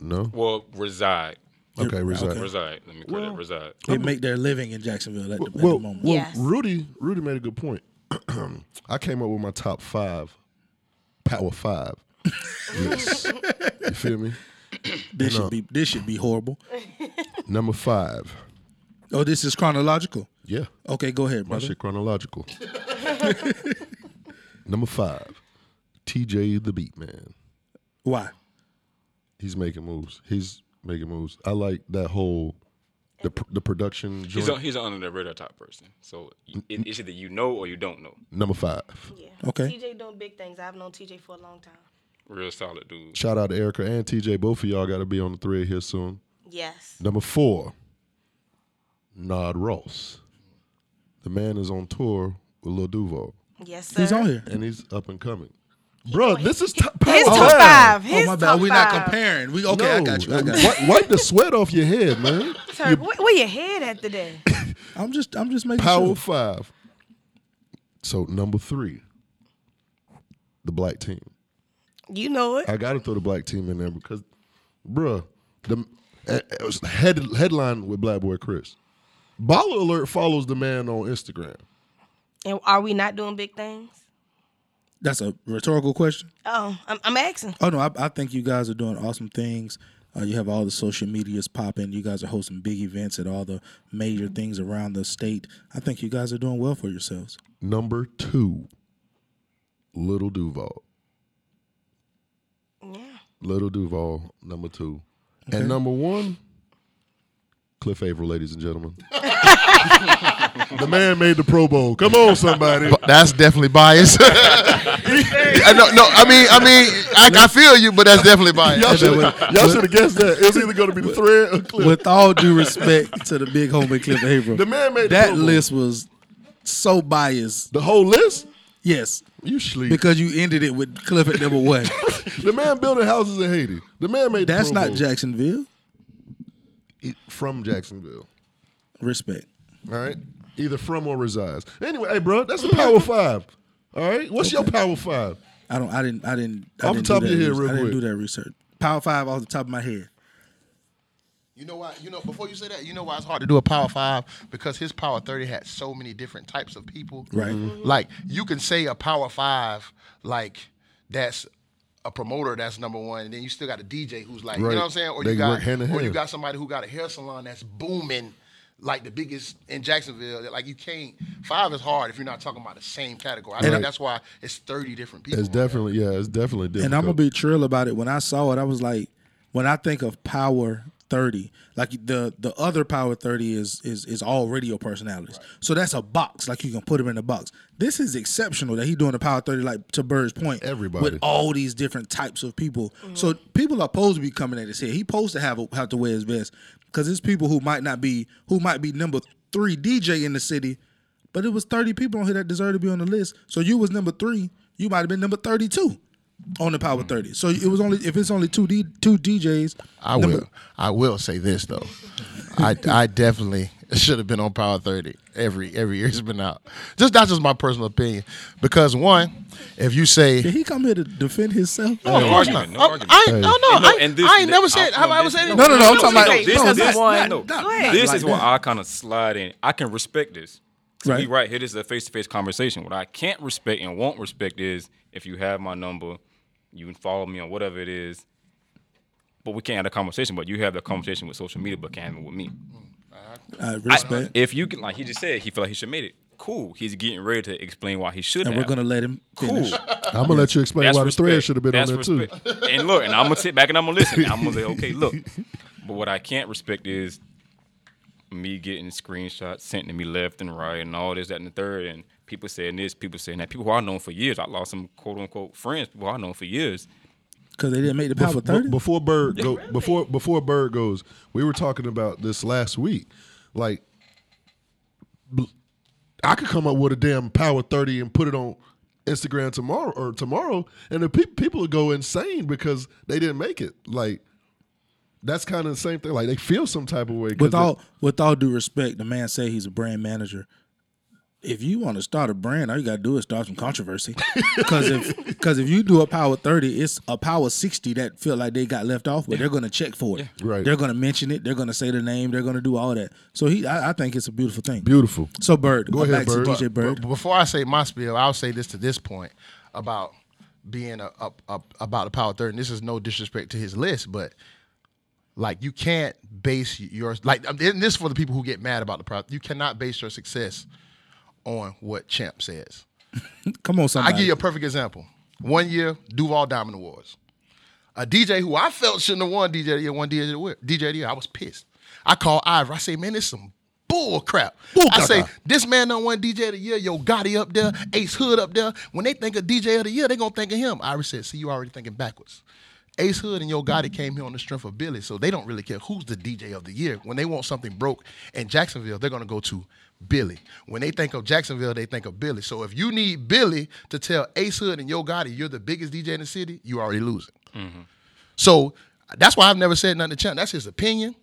S6: No.
S1: Well, reside.
S6: Okay, reside.
S1: Reside. Let me call that reside.
S3: They make their living in Jacksonville at the, at the
S6: Well,
S3: moment.
S6: well,
S5: Yes.
S6: Rudy, Rudy made a good point. (clears throat) I came up with my top five, Power Five.
S3: (laughs)
S6: yes, you feel me?
S3: This should be this should be horrible.
S6: Number five.
S3: Oh, this is chronological.
S6: Yeah,
S3: Okay, go ahead,
S6: my
S3: brother.
S6: shit chronological. (laughs) Number five, TJ the Beat Man.
S3: Why?
S6: He's making moves. He's making moves. I like that whole the pr- the production. Joint.
S1: He's a, he's an under the radar type person. So it, it's either you know or you don't know.
S6: Number five.
S5: Yeah.
S3: Okay.
S5: TJ doing big things. I've known TJ for a long time.
S1: Real solid dude.
S6: Shout out to Erica and TJ. Both of y'all got to be on the thread here soon.
S5: Yes.
S6: Number four, Nod Ross. The man is on tour with Lil Duval,
S5: Yes, sir.
S3: He's on here.
S6: and he's up and coming. Bro, this is top power.
S5: His top
S6: five.
S5: five.
S3: oh
S5: His
S3: my
S5: top
S3: bad. We're not
S5: five.
S3: comparing. We okay?
S6: No,
S3: I got you. I got you.
S6: wipe, wipe the sweat off your head,
S3: (laughs)
S6: man.
S5: Sir, where, where your head at today?
S3: I'm just I'm just making
S6: Power
S3: sure.
S6: five. So number three, the black team.
S5: You know it.
S6: I got to throw the black team in there because, bruh, the eh, it was head, headline with Black Boy Chris. Baller Alert follows the man on Instagram.
S5: And are we not doing big things?
S3: That's a rhetorical question.
S5: Oh, I'm, I'm asking.
S3: Oh no, I, I think you guys are doing awesome things. Uh, you have all the social medias popping. You guys are hosting big events at all the major things around the state. I think you guys are doing well for yourselves.
S6: Number two, Little Duval.
S5: Yeah.
S6: Little Duval, number two. And number one, Cliff Averill, ladies and
S3: (laughs)
S6: gentlemen. the man made the Pro Bowl. Come on, somebody.
S7: That's definitely
S3: (laughs)
S7: biased. (laughs) I no, no, I mean, I mean, I, I feel you, but that's definitely
S6: Y'all
S7: biased.
S6: should have guessed that. It's either going to be the thread or Cliff.
S3: With all due respect (laughs) to the big homie Cliff Averill,
S6: The man made the
S3: that
S6: Pro Bowl.
S3: list was so biased.
S6: The whole list?
S3: Yes,
S6: You sleep.
S3: because you ended it with Cliff at
S6: (laughs)
S3: number one.
S6: the man building houses in Haiti. The man made the
S3: That's
S6: Pro
S3: not
S6: Bowl.
S3: Jacksonville.
S6: He- from Jacksonville.
S3: Respect.
S6: All right, either from or resides. Anyway, hey, bro, that's the Power Five. All right, what's your Power Five?
S3: I don't. I didn't. I didn't. I
S6: Off the
S3: didn't
S6: top
S3: do
S6: of
S3: that
S6: your head,
S3: res-
S6: real
S3: I didn't
S6: quick.
S3: do that research. Power five off the top of my head.
S8: You know why? You know before you say that, you know why it's hard to do a power five because his power thirty had so many different types of people.
S3: Right.
S6: Mm-hmm.
S3: Mhm.
S8: Mm-hmm. Like you can say a power five, like that's a promoter that's number one, and then you still got a DJ who's like, you
S6: Right.
S8: know what I'm saying, or
S6: They
S8: you got
S6: work hand in
S8: or you
S6: hand.
S8: got somebody who got a hair salon that's booming. Like the biggest in Jacksonville, that, like you can't five is hard if you're not talking about the same category. I think that's why it's thirty different people.
S6: It's
S8: on there.
S6: definitely yeah, it's definitely different.
S3: And I'm gonna be trill about it. When I saw it, I was like, when I think of Power 30, like the the other Power 30 is is is all radio personalities. So that's a box. Like you can put them in a box. This is exceptional that he's doing the Power 30 like to Bird's point.
S6: Everybody.
S3: with all these different types of people. So people are supposed to be coming at his head. He's supposed to have a, have to wear his vest because it's people who might not be who might be number three DJ in the city, but it was 30 people on here that deserved to be on the list. So you was number three. You might have been number 32 on the Power 30. So it was only if it's only two D, two DJs.
S7: I will. I will say this though. I I definitely (laughs) should have been on Power 30 every every year it's been out. Just not just my personal opinion, because one, if you
S3: Did
S7: say.
S3: he come here to defend himself?
S1: No, argument. No
S7: I,
S1: argument.
S7: I, no, no,
S1: No,
S7: I,
S1: and this-
S7: I ain't never
S1: I-
S7: said.
S1: no,
S7: have I ever
S1: this-
S7: said?
S3: No, no, no. I'm
S5: No,
S3: talking
S5: no,
S3: about
S5: no, this
S3: no,
S5: is
S3: not-
S5: one.
S1: No,
S5: Go ahead.
S1: this
S3: Like
S1: is where
S3: that.
S1: I kind of slide in. I can respect this. 'Cause We
S3: Right.
S1: right here. This is a face-to-face conversation. What I can't respect and won't respect is if you have my number, you can follow me on whatever it is. But we can't have a conversation. But you have the conversation with social media, but can't have it with me.
S3: I respect.
S1: If you can, like he just said, he felt like he should made it. Cool. He's getting ready to explain why he should.
S3: and
S1: have.
S3: we're gonna let him finish.
S1: Cool.
S6: I'm gonna let you explain why the thread should have been
S1: That's
S6: on there too.
S1: respect. And look, and I'm gonna sit back and I'm gonna listen. I'm gonna say, okay,
S6: (laughs)
S1: look. But what I can't respect is me getting screenshots sent to me left and right and all this, that, and the third, and people saying this, people saying that. People who I known for years. I lost some quote unquote friends, people I known for years.
S3: Because they didn't make the Power
S6: Bef-
S3: 30.
S6: before Bird go, before before Bird goes, we were talking about this last week. Like, bl- I could come up with a damn Power Thirty and put it on Instagram tomorrow or tomorrow, and the pe- people would go insane because they didn't make it. Like, That's kind of the same thing. Like they feel some type of way. 'cause
S3: With
S6: they-
S3: all with all due respect, the man say he's a brand manager. If you want to start a brand, all you gotta do is start some controversy. (laughs) Because if because if you do a power thirty, it's a power sixty that feel like they got left off, but they're gonna check for it.
S6: Right.
S3: They're gonna mention it. They're gonna say the name. They're gonna do all that. So he, I, I think it's a beautiful thing.
S6: beautiful.
S3: So Bird, go,
S6: ahead,
S3: back
S6: Bird.
S3: to DJ Bird.
S7: But before I say my spiel, I'll say this to this point about being a, a, a- about the power third. And this is no disrespect to his list, but like you can't base your like um, and this is for the people who get mad about the power. You cannot base your success on what Champ says.
S3: Come on,
S7: I
S3: somebody.
S7: give you a perfect example. One year, Duval Diamond Awards. A DJ who I felt shouldn't have won DJ of the year, won DJ of the year. DJ of the year. I was pissed. I called Ivor. I say, man, this some bull crap.
S3: Bull
S7: I say,
S3: crap.
S7: this man don't won DJ of the year. Yo, Gotti up there, Ace Hood up there. When they think of DJ of the year, they gonna think of him. Ivor said, see, you already thinking backwards. Ace Hood and Yo Gotti came here on the strength of Billy, so they don't really care who's the DJ of the year. When they want something broke in Jacksonville, they're gonna go to Billy. When they think of Jacksonville, they think of Billy. So if you need Billy to tell Ace Hood and Yo Gotti you're the biggest DJ in the city, you already losing. So that's why I've never said nothing to Champ. That's his opinion,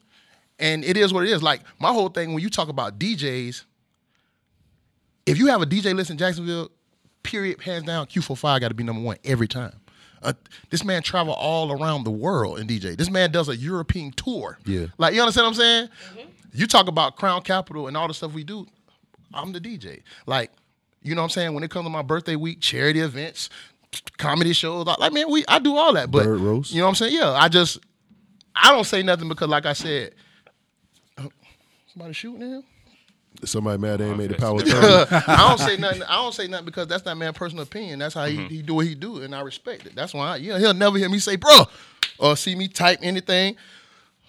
S7: and it is what it is. Like my whole thing when you talk about DJs, if you have a DJ list in Jacksonville, period, hands down, Q45 got to be number one every time. Uh, this man travel all around the world in DJ. This man does a European tour.
S6: Yeah.
S7: like you understand what I'm saying? You talk about Crown Capital and all the stuff we do. I'm the DJ. Like, you know what I'm saying? When it comes to my birthday week, charity events, comedy shows, like like, man, we I do all that. But
S6: Bird roast.
S7: you know what I'm saying? Yeah, I just I don't say nothing because like I said, uh, somebody shooting at him.
S6: Somebody mad they ain't made the
S1: Okay.
S6: power third.
S7: I don't say nothing. I don't say nothing because that's not man personal opinion. That's how
S6: Mm-hmm.
S7: he, he do what he do, and I respect it. That's why I, yeah, he'll never hear me say bro or see me type anything.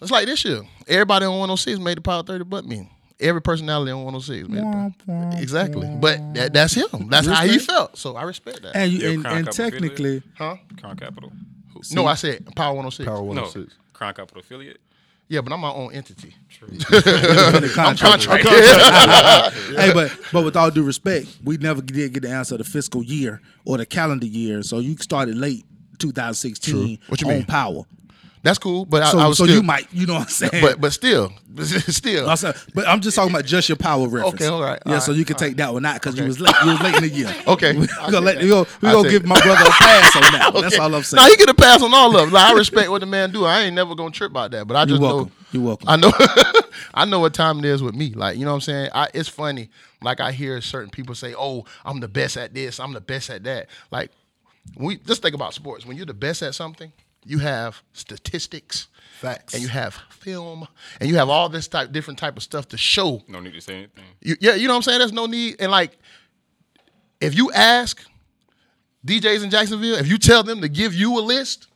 S7: It's like this year. Everybody on 106 made the power 30 but me. Every personality on 106 made the power. Exactly. But that, that's him. That's how he felt. So I respect that.
S3: and you,
S1: Yeah,
S3: and,
S1: Crown
S3: and
S1: Capital
S7: (laughs)
S3: technically,
S7: huh?
S1: Crown Capital.
S7: No, I said Power 106.
S6: Power
S1: No,
S6: 106.
S1: Crown Capital affiliate.
S7: Yeah, but I'm my own entity.
S3: the contract.
S7: Contract. (laughs)
S3: (laughs) hey, but but with all due respect, we never did get the answer the fiscal year or the calendar year. So you started late 2016
S7: What you
S3: on
S7: mean?
S3: power.
S7: That's cool, but I,
S3: So,
S7: I was
S3: so
S7: still,
S3: you might, you know what I'm saying?
S7: but but still, (laughs) still.
S3: I'm sorry, but I'm just talking about just your power reference.
S7: all right,
S3: Yeah,
S7: all
S3: so
S7: right,
S3: you can take that one out because you was late. You was late in the year.
S7: (laughs) Okay.
S3: we
S7: I'll
S3: gonna
S7: take
S3: let
S7: that.
S3: we gonna, we
S7: I'll
S3: gonna
S7: take
S3: give my brother a pass on that. one. That's
S7: Okay.
S3: all I'm
S7: Nah, he
S3: saying.
S7: get a pass on all of it. Like, I respect what the man do. I ain't never gonna trip about that. But I
S3: You're
S7: just
S3: welcome.
S7: know
S3: You're welcome.
S7: I know (laughs) I know what time it is with me. Like, you know what I'm saying? I it's funny. Like I hear certain people say, Oh, I'm the best at this, I'm the best at that. Like we just think about sports. When you're the best at something, you have statistics.
S6: Facts.
S7: And you have film and you have all this type different type of stuff to show
S1: No need to say anything.
S7: you, yeah, you know what I'm saying? There's no need. And like, if you ask DJs in Jacksonville, if you tell them to give you a list,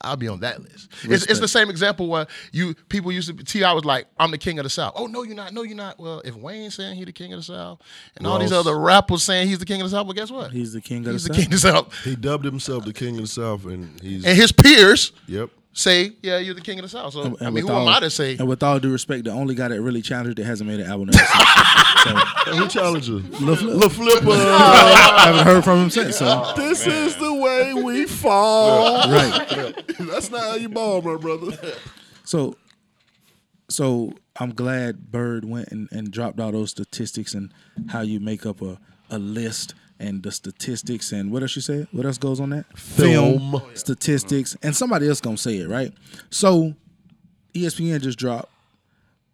S7: I'll be on that list. It's, it's the same example where you people used to be- T.I. was like, I'm the king of the South. Oh no, you're not. No, you're not. Well, if Wayne's saying he's the king of the South, and all these
S6: Ross.
S7: other rappers saying he's the king of the South, well, guess what?
S3: He's the king of
S7: He's
S3: the
S7: the
S3: South.
S7: king of the South.
S6: He dubbed himself the king of the south, and he's
S7: And his peers
S6: yep.
S7: say, Yeah, you're the king of the South. So I mean,
S3: with
S7: who am
S3: all-
S7: I to say?
S3: And with all due respect, the only guy that really challenged it hasn't made an
S7: (laughs)
S3: album. ever since.
S6: Who challenges?
S3: So,
S6: La Flipper.
S3: I haven't heard from him since. So
S6: This is the way we (laughs) fall.
S3: right.
S6: That's not how you ball, my brother.
S3: So, so I'm glad Bird went and, and dropped all those statistics and how you make up a, a list and the statistics and what else you said? What else goes on that?
S6: Film.
S3: statistics, and somebody else gonna say it, right? So, E ESPN just dropped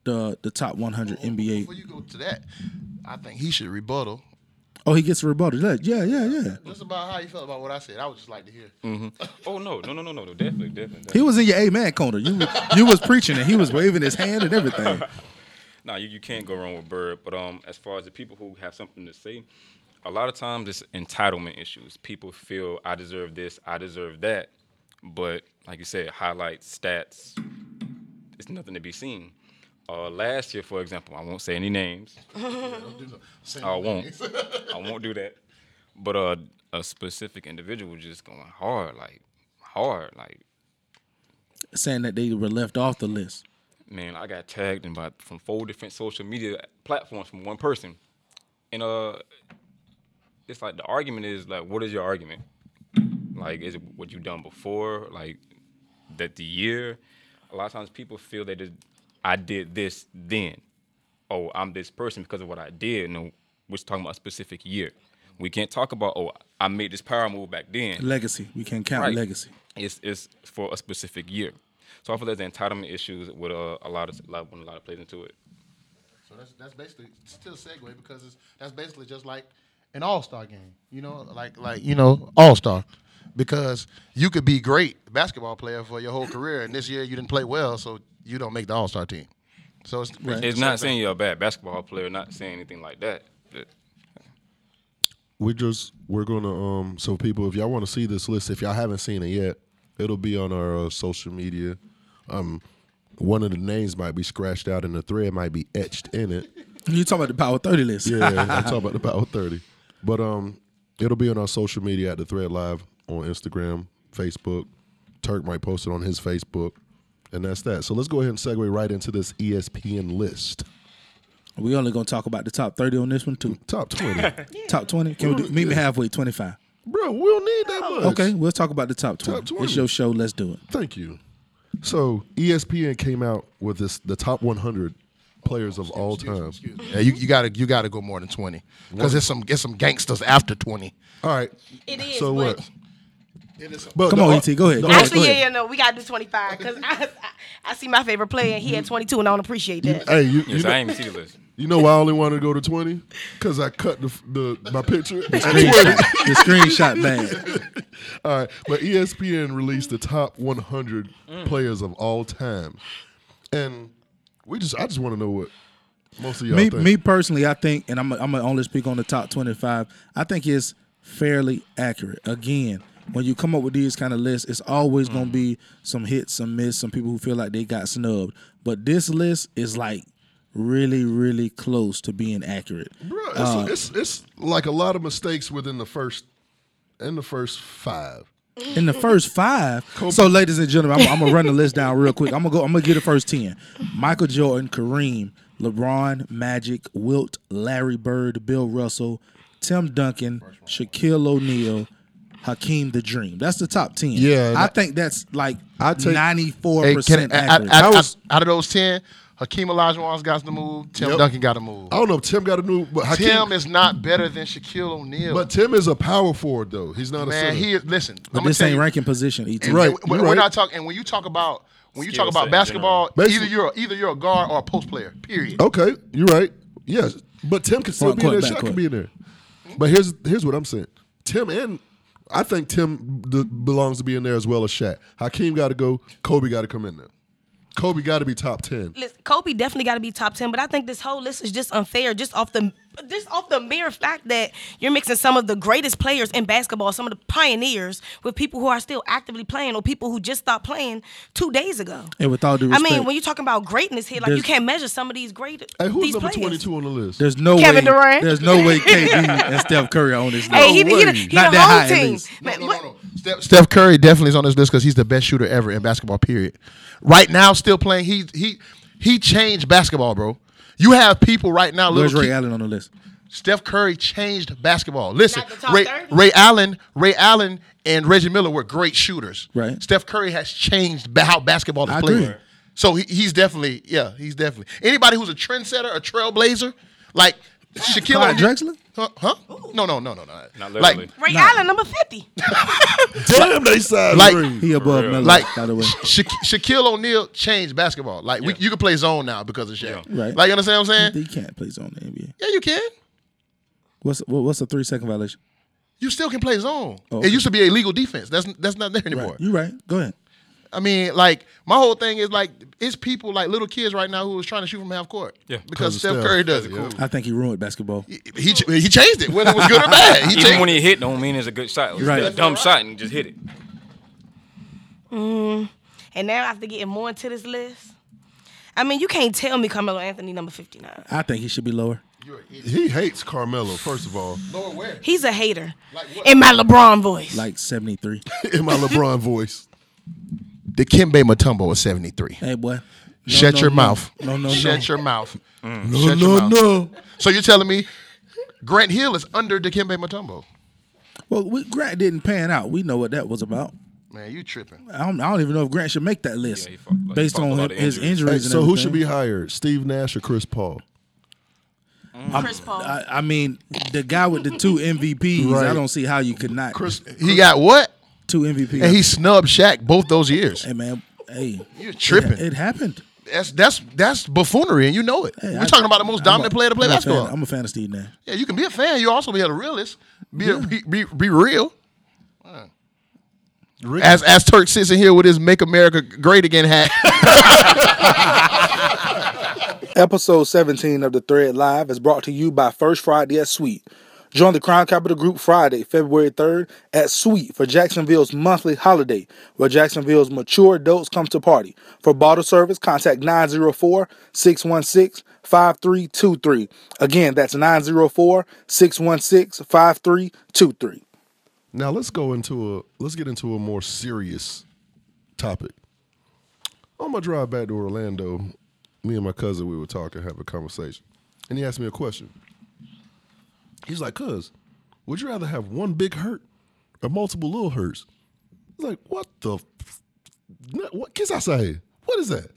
S3: the the top 100
S7: Before
S3: NBA.
S7: you go to that, I think he should rebuttal.
S3: Oh, he gets rebutted. Look, Yeah, yeah, yeah.
S7: Just about how you felt about what I said. I would just like to hear.
S1: Oh no, no, no, no, no, no, definitely, definitely.
S3: He
S1: definitely.
S3: was in your amen corner. You you was preaching and he was waving his hand and everything.
S1: Nah, you, you can't go wrong with Bird. But um, as far as the people who have something to say, a lot of times it's entitlement issues. People feel I deserve this, I deserve that, but like you said, highlights, stats, it's nothing to be seen. Uh, last year, for example, I won't say any names. I won't. I won't do that. But uh, a specific individual just going hard, like hard, like
S3: Saying that they were left off the list.
S1: man, I got tagged in about from four different social media platforms from one person, and uh, it's like the argument is like, what is your argument? Like, is it what you done before? Like, that the year? a lot of times people feel that it- I did this then. Oh, I'm this person because of what I did. No, we're just talking about a specific year. We can't talk about oh, I made this power move back then.
S3: Legacy. We can count
S1: Right.
S3: legacy.
S1: It's it's for a specific year. So I feel like the entitlement issues with uh, a lot of a lot, when a lot of plays into it. Oh.
S8: So that's that's basically still segue because it's, that's basically just like an all star game. You know, like like
S7: you know, all star.
S8: because you could be great basketball player for your whole career, and this year you didn't play well, so you don't make the all star team. So it's
S1: It's not saying you're a bad basketball player, not saying anything like that. But
S6: we just we're gonna um so people if y'all want to see this list if y'all haven't seen it yet it'll be on our uh, social media um one of the names might be scratched out and the thread might be etched in it
S3: You talking about the Power 30 (laughs) list.
S6: yeah i'm talking about the power 30 but um it'll be on our social media at the thread live on instagram facebook turk might post it on his facebook and that's that so let's go ahead and segue right into this E espn list
S3: We only gonna talk about the top 30 on this one too.
S6: top
S5: (laughs)
S6: 20
S3: Top 20? Can we do, meet me halfway, 25.
S6: bro we don't need that
S5: Oh.
S6: much
S3: Okay, we'll talk about the top 20.
S6: Top 20.
S3: It's your show. Let's do it.
S6: Thank you. So E ESPN came out with this the top 100 players of all time.
S7: uh, Yeah, you, you gotta you gotta go more than twenty because there's some there's some gangsters after twenty.
S6: All right.
S5: It is,
S6: So
S5: but-
S6: what?
S7: But
S3: Come
S7: the-
S3: on, ET. Go ahead. Go ahead.
S5: Actually,
S3: go
S5: yeah,
S3: ahead.
S5: yeah, no, we gotta do twenty five because I, I, I see my favorite player and he had twenty two and I don't appreciate that.
S6: Hey, you you
S1: yes, I
S6: know,
S1: ain't even see the list.
S6: you know why I only wanted to go to 20? Cuz I cut the, the my picture. at (laughs) 20.
S3: Screenshot. (laughs) the screenshot bad.
S6: All right, but E ESPN released the top 100
S7: Mm.
S6: players of all time. And we just I just want to know what most of y'all
S3: Me,
S6: think.
S3: me personally, I think, and I'm I'm gonna only speak on the top 25. I think it's fairly accurate. Again, when you come up with these kind of lists, it's always gonna be some hits, some miss, some people who feel like they got snubbed. But this list is like really, really close to being accurate.
S6: Bruh, it's,
S3: uh,
S6: it's it's like a lot of mistakes within the first in the first 5.
S3: in the first five. So, ladies and gentlemen, I'm, I'm gonna run the list down real quick. I'm gonna go. I'm gonna get the first ten: Michael Jordan, Kareem, LeBron, Magic, Wilt, Larry Bird, Bill Russell, Tim Duncan, Shaquille O'Neal, Hakeem the Dream. That's the top ten.
S6: Yeah,
S3: I
S6: that-
S3: think that's like
S6: I take-
S3: ninety-four
S7: Hey, can,
S3: percent
S7: I- I-
S3: accurate.
S7: I- I-
S6: was-
S7: out of those ten, Hakeem Olajuwon's got to move. Tim
S6: Yep.
S7: Duncan got to move.
S6: I don't know if Tim got a new but Hakeem,
S7: Tim is not better than Shaquille O'Neal.
S6: But Tim is a power forward, though. He's not a
S7: man,
S6: center.
S7: he is, listen.
S3: but
S7: I'm
S3: this
S7: gonna
S3: ain't
S7: tell you,
S3: ranking position. E ET.
S6: Right.
S7: when- when
S6: you're
S7: We're
S6: right.
S7: not talking. And when you talk about when you
S1: Skill
S7: talk
S1: set
S7: about
S1: in
S7: basketball,
S6: general.
S7: either
S6: Basically-
S7: you're either you're a guard or a post player. Period.
S6: okay, you're right. Yes, but Tim can still
S3: Front
S6: be in there.
S3: court,
S6: Shaq
S3: back
S6: can
S3: court.
S6: be in there. But here's here's what I'm saying. Tim and I think Tim d- belongs to be in there as well as Shaq. Hakeem got to go. Kobe got to come in there. Kobe got to be top ten.
S5: Listen, Kobe definitely got to be top ten, but I think this whole list is just unfair, just off the just off the mere fact that you're mixing some of the greatest players in basketball, some of the pioneers, with people who are still actively playing or people who just stopped playing two days ago.
S3: And with all due
S5: I
S3: respect,
S5: mean, when you're talking about greatness here, like you
S3: There's-
S5: can't measure some of these great
S6: Hey,
S5: these
S6: who's number
S5: players.
S6: twenty two on the list?
S3: there's no
S5: Kevin
S3: way,
S5: Durant?
S3: There's no way
S5: (laughs)
S3: KD and Steph Curry are on this list.
S5: Hey, he, he, he, the-
S6: way.
S5: he
S3: Not
S5: the
S3: that high,
S5: whole
S3: at
S5: team.
S3: least.
S5: Man,
S8: no, no,
S5: what-
S8: no, no. Step, step,
S7: Steph Curry definitely is on this list because he's the best shooter ever in basketball. Period. Right now, still playing. He he he changed basketball, bro. You have people right now.
S3: Where's
S7: Little
S3: Ray
S7: kid-
S3: Allen on the list?
S7: Steph Curry changed basketball. Listen,
S5: Not the top
S7: Ray,
S5: 30?
S7: Ray Allen, Ray Allen, and Reggie Miller were great shooters.
S3: Right.
S7: Steph Curry has changed ba- how basketball is
S3: I
S7: played.
S3: agree.
S7: So he, he's definitely, yeah, he's definitely anybody who's a trendsetter, a trailblazer, like Shaquille
S3: Clyde
S7: O'Neal-
S3: Drexler?
S7: Huh? huh? No, no, no, no, no.
S1: Not
S7: like,
S1: literally.
S5: Ray Allen, number fifty.
S6: Damn, they signed
S7: like-
S6: Reed.
S3: He above Melo,
S7: like
S3: by the way.
S7: Sha- Sha- Shaquille O'Neal changed basketball. Like we, you can play zone now because of Shaq.
S3: Yeah. Right.
S7: Like you understand what I'm saying?
S3: He can't play zone in the NBA.
S7: Yeah, you can.
S3: What's what- what's a three second violation?
S7: You still can play zone.
S3: Oh, Okay.
S7: It used to be a legal defense. That's that's not there anymore.
S3: Right. You right. Go ahead.
S7: I mean, like my whole thing is like it's people like little kids right now who is trying to shoot from half court.
S1: Yeah.
S7: because
S6: 'Cause of
S7: Steph
S6: Steph.
S7: Curry does it.
S6: Yeah.
S3: I think he ruined basketball.
S7: He, ch- he changed it whether it was good or bad.
S1: (laughs)
S7: He
S1: Even
S7: changed.
S1: when he hit, don't mean it's a good shot. It was
S3: Right.
S1: a dumb shot and just hit it.
S5: And now after getting more into this list, I mean, you can't tell me Carmelo Anthony number fifty nine.
S3: I think he should be lower.
S6: He hates Carmelo. First of all, (laughs)
S8: Lord, where?
S5: He's a hater.
S8: what?
S5: in my LeBron voice.
S3: Like 73.
S6: in my LeBron voice.
S7: the Kimbe Matumbo was seventy three.
S3: Hey, boy. No,
S7: Shut
S3: no,
S7: your
S3: no.
S7: mouth.
S3: No, no,
S7: Shut
S3: no.
S7: your mouth.
S6: No,
S7: Shut your
S6: no,
S7: mouth.
S6: no.
S7: So you're telling me Grant Hill is under Dikembe Mutombo?
S3: Well, we, Grant didn't pan out. We know what that was about.
S8: Man, you tripping.
S3: I don't, I don't even know if Grant should make that list based
S1: fucked a
S3: on
S1: lot
S3: him,
S1: of
S3: his
S1: injuries.
S3: injuries.
S6: Hey,
S3: and
S6: so who should be
S3: everything.
S6: hired? Steve Nash or Chris Paul?
S5: Chris Paul.
S3: I, I mean, the guy with the two MVPs.
S6: Right.
S3: I don't see how you could not
S7: He got what?
S3: two MVPs.
S7: And he snubbed Shaq both those years.
S3: hey man, hey,
S7: You're tripping.
S3: It, it happened.
S7: That's that's that's buffoonery, and you know it.
S3: Hey,
S7: We're
S3: I-
S7: talking about the most
S3: I'm
S7: dominant
S3: a-
S7: player to play
S3: I'm a fan-
S7: basketball.
S3: I'm a fan of Steve Nash.
S7: yeah, you can be a fan. You also be a realist. Be a, be, be, be real. As as Turk sits in here with his "Make America Great Again" hat.
S9: Episode 17 of The Thread Live is brought to you by First Friday at Sweet. Join the Crown Capital Group Friday, February 3rd at Sweet for Jacksonville's monthly holiday, where Jacksonville's mature adults come to party. For bottle service, contact 904 616 5323. Again, that's 904 616 5323.
S6: Now let's go into a let's get into a more serious topic. On my drive back to Orlando, me and my cousin we were talking, having a conversation, and he asked me a question. He's like, "Cuz, would you rather have one big hurt or multiple little hurts?" I was like, "What the? F- no, what kiss outside? What is that?"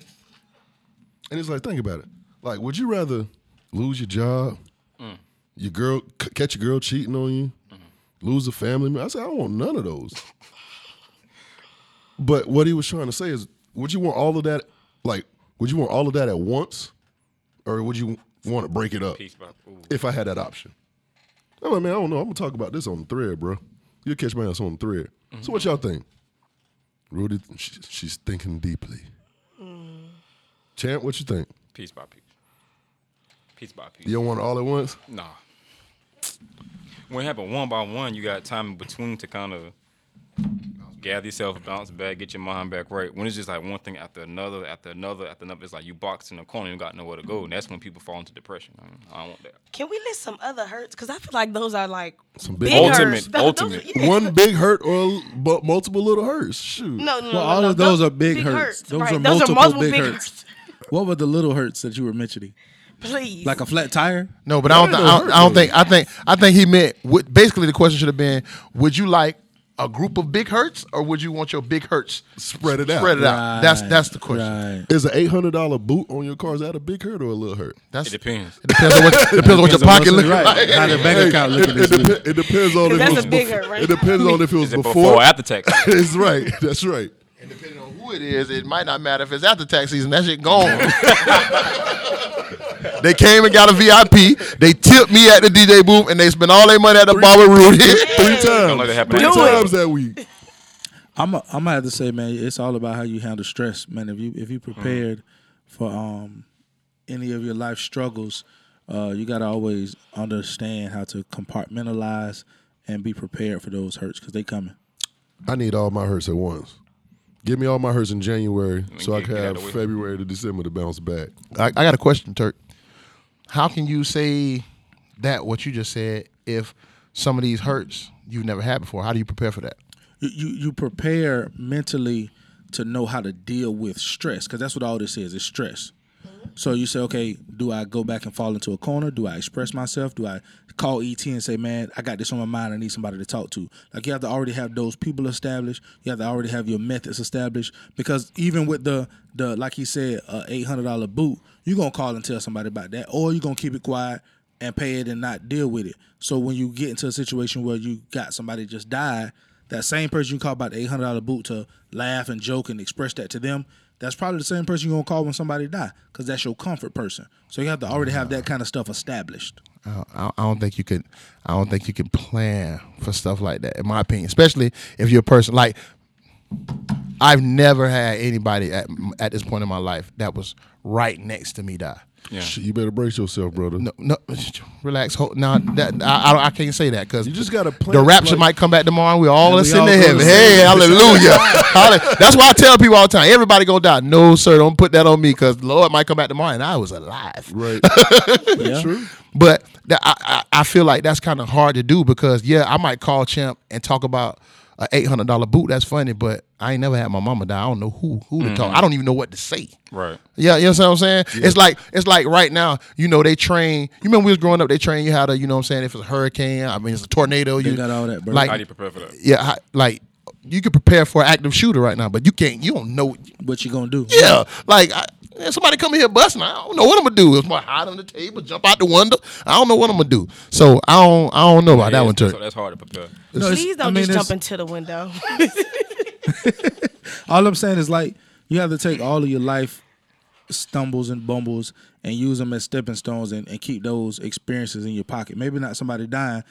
S6: And he's like, "Think about it. Like, would you rather lose your job, your girl c- catch your girl cheating on you?" lose a family member. I said, I don't want none of those. but what he was trying to say is, would you want all of that? Like, would you want all of that at once, or would you want to break it up?
S1: Peace, bro. Ooh.
S6: If I had that option, I'm like, man, I don't know. I'm gonna talk about this on the thread, bro. You'll catch my ass on the thread. So what y'all think? Rudy, she, she's thinking deeply. Champ, what you think?
S1: Piece by piece. Piece by piece.
S6: You don't want it all at
S5: (laughs)
S6: once?
S1: Nah. When it happened one by one, you got time in between to kind of gather yourself, bounce back, get your mind back right. When it's just like one thing after another, after another, after another, it's like you boxed in a corner and got nowhere to go. And that's when people fall into depression. I, don't- I don't want that.
S5: Can we list some other hurts? Because I feel like those are like
S6: Some big-
S5: big
S1: Ultimate,
S5: hurts. Those- those-
S1: ultimate.
S5: yeah.
S6: One big hurt or l- bu- multiple little hurts? Shoot.
S5: No, no, no,
S3: Well,
S5: no,
S3: all
S5: no.
S3: of those are big hurts. Those
S5: right.
S3: are
S5: those
S3: multiple
S5: are multiple
S3: big
S5: big,
S3: hurts. What were the little hurts that you were mentioning?
S5: Please,
S3: Like a flat tire?
S7: (laughs) No, but I don't.
S6: That
S7: Th-
S6: ain't
S7: I
S6: no
S7: don't,
S6: hurt,
S7: I don't
S6: though.
S7: think. I think. I think he meant. Would, basically, the question should have been: Would you like a group of big hurts, or would you want your big hurts
S6: Spread it out.
S7: Spread it out. That's
S3: Right,
S7: that's the question.
S3: Right.
S6: Is an eight hundred dollar boot on your car is that a big hurt or a little hurt?
S7: That's
S1: It depends.
S7: depends on what depends on what your
S3: Depends on what's
S7: pocket
S3: in
S7: looking
S3: right.
S7: like.
S3: How the bank account looking this week.
S6: It depends on
S5: 'Cause
S6: if
S5: that's
S6: it was
S5: a big
S6: before-
S5: hurt, right?
S6: It depends on if it was
S1: Is it
S6: before.
S1: before or after tax?
S6: (laughs)
S1: (laughs)
S6: it's right. That's right.
S8: And depending on who it is,
S7: Is it might not matter if it's after tax season. That shit gone. (laughs) they came and got a VIP. They tipped me at the DJ booth, and they spent all their money at the barber (laughs) Rudy.
S6: Three times.
S1: let it happen
S6: Three
S1: after
S6: times that week.
S3: I'm a, I'm gonna have to say, man, it's all about how you handle stress, man. If you if you prepared for um any of your life struggles, uh, you gotta always understand how to compartmentalize and be prepared for those hurts because they coming.
S6: I need all my hurts at once. Give me all my hurts in January so I
S1: get-
S6: can
S1: get out
S6: have
S1: the way.
S6: February to December to bounce back.
S7: I, I got a question, Turk. How can you say that what you just said if some of these hurts you've never had before? How do you prepare for that?
S3: you you, you prepare mentally to know how to deal with stress because that's what all this is it's stress so you say okay do i go back and fall into a corner do i express myself do i call et and say man i got this on my mind i need somebody to talk to like you have to already have those people established you have to already have your methods established because even with the the like he said uh, $800 boot you're gonna call and tell somebody about that or you're gonna keep it quiet and pay it and not deal with it. So when you get into a situation where you got somebody just died, that same person you call about the eight hundred dollar boot to laugh and joke and express that to them, that's probably the same person you're gonna call when somebody die, because that's your comfort person. So you have to already have that kind of stuff established.
S7: I, I- I don't think you can. I don't think you can plan for stuff like that. In my opinion, especially if you're a person like I've never had anybody at at this point in my life that was right next to me die.
S6: Shit, You better brace yourself, brother.
S7: No, no, (laughs) relax. Hold, now that I, I, don't- I can't say that because
S6: You just gotta plan,
S7: The rapture
S6: like-
S7: might come back tomorrow. and We all
S3: And we
S7: ascend
S3: all
S7: to
S3: go to
S7: heaven.
S3: heaven.
S7: Hey, hallelujah! (laughs) Halle- That's why I tell people all the time. Everybody gonna die. No, sir, don't put that on me because Lord might come back tomorrow and I was alive.
S6: Right.
S3: Yeah.
S6: True.
S7: But that, I, I I feel like that's kind of hard to do because yeah, I might call Champ and talk about a eight hundred dollar boot. That's funny, but I ain't never had my mama die. I don't know who who to talk. I don't even know what to say.
S1: Right.
S7: Yeah, you know what I'm saying? It's like it's like right now, you know, they train. You remember when we was growing up, they train you how to, you know what I'm saying, if it's a hurricane, I mean it's a tornado, you
S3: got all that, bro.
S1: How do
S7: Like
S1: you prepare for that?
S7: yeah, I, like you could prepare for an active shooter right now, but you can't. You don't know
S3: what you're gonna do.
S7: Yeah, like I, yeah, somebody come in here busting. I don't know what I'm gonna do. If my hide on the table, jump out the window. I don't know what I'm gonna do. So I don't. I don't know about that
S1: Yeah,
S7: one, Turk.
S1: So that's hard to prepare.
S3: No, it's-
S5: Please don't
S3: I mean,
S5: just
S3: it's-
S5: jump into the window.
S3: All I'm saying is like you have to take all of your life stumbles and bumbles and use them as stepping stones and, and keep those experiences in your pocket. Maybe not somebody dying.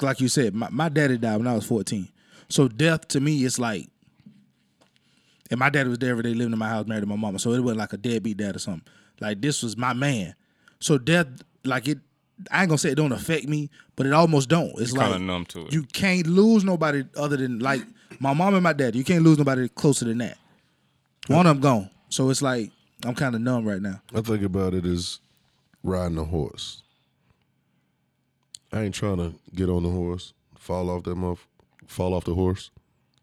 S3: Like you said, my, my daddy died when I was 14. So death to me is like and my dad was there every day living in my house, married to my mama. So it wasn't like a deadbeat dad or something. Like this was my man. So death, like it I ain't gonna say it don't affect me, but it almost don't. It's
S1: You
S3: like
S1: kinda numb to it.
S3: You can't lose nobody other than like my mom and my dad. You can't lose nobody closer than that. One of them gone. So it's like I'm kind of numb right now.
S6: I think about it as riding a horse. I ain't trying to get on the horse, fall off that muff, fall off the horse,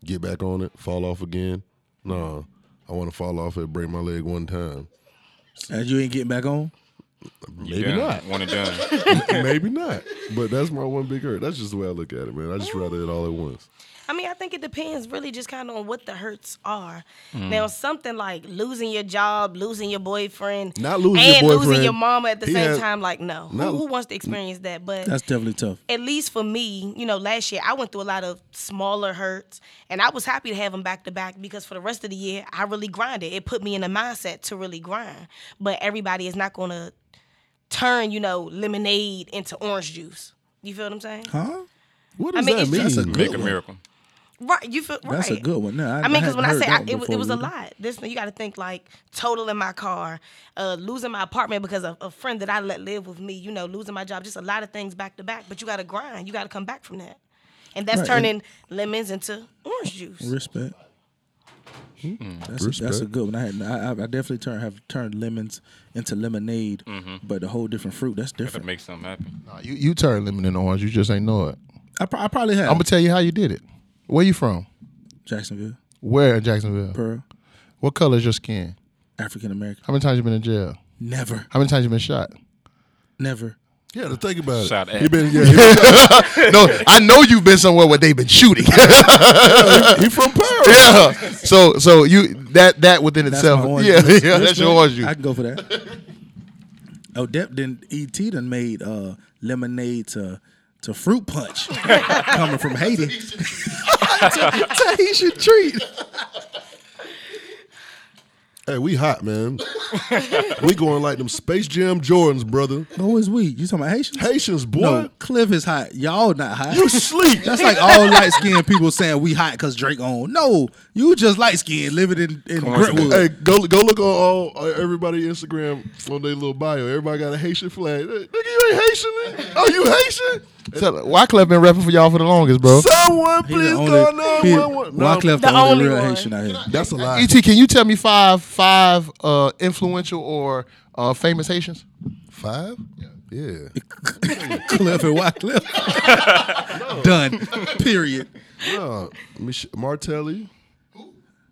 S6: get back on it, fall off again. Nah, I want to fall off and break my leg
S1: (laughs)
S6: one time.
S3: And you ain't getting back on.
S6: Maybe
S1: Done.
S6: not.
S1: One and done.
S6: Maybe not. But that's my one big hurt. That's just the way I look at it, man. I just rather it all at once.
S5: I mean, I think it depends really just kind of on what the hurts are.
S3: Mm.
S5: Now, something like losing your job, losing your boyfriend,
S6: Not losing your
S5: and losing
S6: boyfriend.
S5: your mama at the
S6: He
S5: same
S6: had-
S5: time, like no, Who-
S6: Not-
S5: who, wants to experience that? But
S3: That's definitely tough.
S5: at least for me, you know, last year I went through a lot of smaller hurts, and I was happy to have them back to back because for the rest of the year I really grinded. It put me in a mindset to really grind. But everybody is not going to turn, you know, lemonade into orange juice. You feel what I'm saying?
S3: Huh?
S6: What
S5: I
S6: does
S5: mean,
S6: that
S5: it's-
S6: mean?
S3: That's a
S1: Make
S3: good
S1: a
S3: one.
S1: miracle.
S5: Right. You feel
S3: That's
S5: right.
S3: a good one. No, I,
S5: I mean, because
S3: hadn't
S5: when I
S3: heard
S5: say
S3: that
S5: I,
S3: one
S5: it, was, it
S3: before
S5: was a
S3: either.
S5: lot. This you got to think like totaling my car, uh, losing my apartment because of a friend that I let live with me. You know, losing my job. Just a lot of things back to back. But you got to grind. You got to come back from that. And that's
S3: Right, and-
S5: turning lemons into orange juice.
S3: Respect. That's, A, that's a
S6: Respect.
S3: good one. I had I, I- I definitely turn, have turned lemons into lemonade, but a whole different fruit. That's
S1: Gotta
S3: different.
S1: make something happen.
S7: Nah, you you turn lemon into orange. You just ain't know it.
S3: I, pro- I probably have.
S7: I'm gonna tell you how you did it. Where you from?
S3: Jacksonville,
S7: Where in Jacksonville?
S3: Pearl,
S7: What color is your skin?
S3: African American.
S7: How many times you been in jail?
S3: Never,
S7: How many times you been shot?
S3: never.
S6: Yeah, to think about
S1: Shout
S6: it.
S1: out.
S6: He been, yeah, he, been-
S7: no, I know you've been somewhere where they've been (laughs) shooting.
S6: he from Pearl.
S7: yeah. So so you that that within
S3: That's my
S7: itself.
S3: orange
S7: Yeah,
S3: juice.
S7: yeah, that's
S3: Respect.
S7: your orange juice.
S3: I can go for that. (laughs) oh, Depp then ET done made uh, lemonade to to fruit punch coming from Haiti. (laughs)
S7: Tahitian treat.
S6: Hey, we hot, man. we going like them Space Jam Jordans, brother.
S3: Who is we? You talking about Haitians?
S6: Haitians, boy.
S3: No, Cliff is hot. Y'all not hot.
S6: You sleep.
S3: That's like all light skinned people saying we hot because Drake on. No, you just light skinned living in, in Brentwood.
S6: Hey, go go look on all uh, everybody Instagram on their little bio. Everybody got a Haitian flag. Hey, nigga, you ain't
S7: (laughs)
S6: Haitian. nigga?
S7: Oh,
S6: Are you Haitian?
S7: So, Wyclef been rapping for y'all for the longest, bro.
S6: Someone
S3: He the
S6: please
S3: only,
S6: call
S3: he-
S6: 911. No,
S3: Wyclef the,
S5: The
S3: only
S5: only
S3: real
S5: one.
S3: Haitian out here.
S6: that's a lie.
S7: Et, E can you tell me five five uh, influential or uh, famous Haitians?
S6: Five? Yeah.
S3: (laughs) Cliff and Wyclef. Done. Period.
S6: No, Mich- Martelli.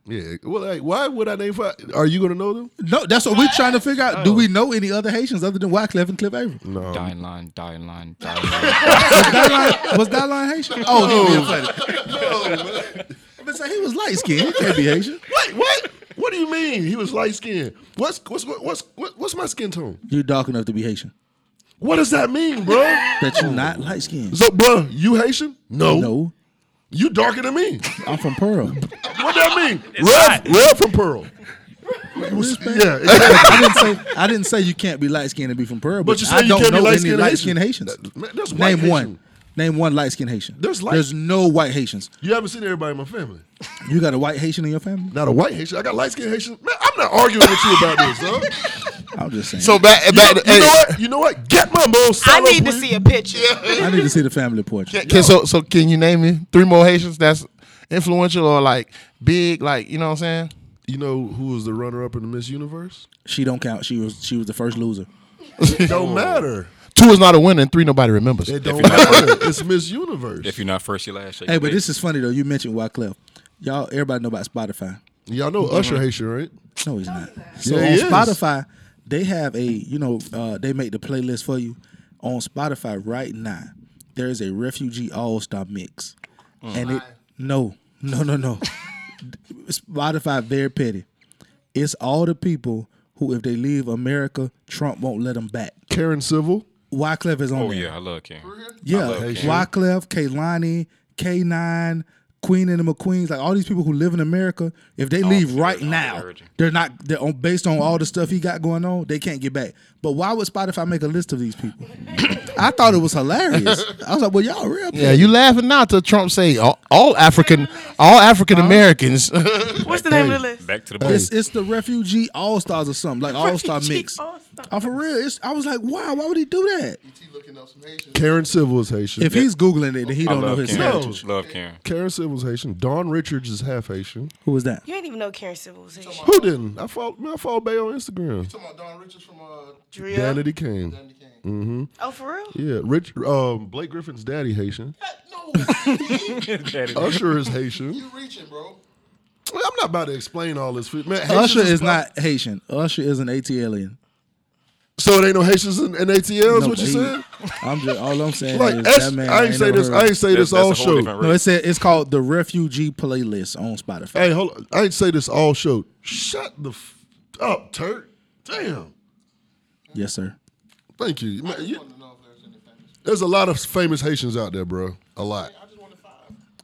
S6: Yeah. Well, like, why would I name five? Are you gonna know them?
S3: No, that's what we're trying to figure out. Do we know any other Haitians other than Wyclef and Cliff Avery?
S1: Die in line, die in line, die in line.
S3: Was that line, was that line Haitian? Oh, he was funny. But say he was light skinned. He can't be Haitian.
S6: Wait, what? What do you mean? He was light skinned. What's what's what- what's what- what's my skin tone?
S3: You're dark enough to be Haitian.
S6: What does that mean, bro?
S3: That you're not light skinned.
S6: So, bro, you Haitian? No.
S3: No,
S6: You darker than me.
S3: I'm from (laughs) Pearl.
S6: What that mean? Red, red from Pearl. Yeah, exactly.
S3: I didn't say I didn't say you can't be light skinned and be from Pearl, but,
S6: But you say
S3: I
S6: you
S3: don't
S6: can't be
S3: know any
S6: light-skinned
S3: light skinned Haitians.
S6: Haitian. Man, that's
S3: Name
S6: white
S3: one.
S6: Haitian.
S3: Name one light skinned Haitian.
S6: There's light-
S3: There's no white Haitians.
S6: You haven't seen everybody in my family.
S3: You got a white Haitian in your family?
S6: Not a white Haitian. I got light skinned Haitian. Man, I'm not arguing with you about this, huh? (laughs)
S3: I'm just saying.
S7: So back
S6: You,
S7: back.
S6: know,
S7: hey,
S6: you know what? You know what? Get my Mo
S5: I
S6: Salah,
S5: need to
S6: please.
S5: see a picture.
S3: (laughs) I need to see the family portrait.
S7: Can, so so can you name me three more Haitians that's influential or like big? Like you know what I'm saying?
S6: You know who was the runner up in the Miss Universe?
S3: She don't count. She was she was the first loser.
S6: Don't matter.
S7: (laughs) Two is not a winner, and three nobody remembers.
S6: It don't matter. It's Miss Universe.
S1: If you're not first, you last. shake
S3: Hey,
S1: your
S3: but
S1: leg.
S3: this is funny though. You mentioned Wyclef. Y'all, everybody know about Spotify.
S6: Y'all know Usher Haitian, right?
S3: No, he's not. So
S6: Yeah,
S3: on
S6: he is.
S3: Spotify, they have a you know uh, they make the playlist for you on Spotify right now. There is a refugee all star mix, and it no No, no, no. Spotify very petty. It's all the people who, if they leave America, Trump won't let them back.
S6: Karen Civil.
S3: Wyclef is on
S1: Oh
S3: there.
S1: yeah, I love King.
S3: Yeah,
S1: love Karen.
S3: Wyclef, Kaylani, K9, Queen and the McQueens, like all these people who live in America, if they leave right now, they're not they're on based on all the stuff he got going on, they can't get back. But why would Spotify make a list of these people? I thought it was hilarious. I was like, well, y'all real.
S7: Yeah, you laughing now till Trump say all, all African, all African Americans. (laughs)
S5: What's the name of the list?
S1: Back to the
S7: Hey.
S1: boys.
S3: It's, it's the refugee all stars or something like all
S5: (laughs)
S3: star
S5: Refugee
S3: mix.
S5: All-Star.
S3: Oh, for real? It's, I was like, wow, why would he do that?
S6: Karen Civil is Haitian.
S3: If he's googling it, then he
S1: I
S3: don't know
S1: love
S3: his
S1: Karen. (laughs)
S3: heritage.
S1: Love Karen.
S6: Karen Civil's Haitian. Don Richards is half Haitian.
S3: Who was that?
S5: You ain't even know Karen Civil was Haitian.
S6: Who didn't? I follow. Man, I follow Bay on Instagram.
S8: talking about Don Richards from uh,
S5: Drill.
S6: Danity Kane.
S5: Oh, for real?
S6: Yeah, Rich. Um, Blake Griffin's
S8: (laughs)
S6: daddy Haitian.
S1: Daddy.
S6: Usher is Haitian.
S8: you reaching, bro?
S6: I'm not about to explain all this. Man, Haitians
S3: Usher is
S6: pop-
S3: not Haitian. Usher is an AT alien.
S6: So it ain't no Haitians in, in ATLs.
S3: No,
S6: what you
S3: he-
S6: saying?
S3: I'm just all I'm saying
S6: Like,
S3: is
S6: that's-
S3: that man.
S6: I ain't say
S3: no
S6: this.
S3: hero.
S6: I ain't say
S1: That's-
S6: this
S1: that's
S6: all
S1: a whole
S6: show.
S1: different
S3: No, it said it's called the Refugee Playlist on Spotify.
S6: Hey, hold on. I ain't say this all show. Shut the f- up, Turk. Damn.
S3: Yes, sir.
S6: Thank you. Man, you- There's a lot of famous Haitians out there, bro. A lot.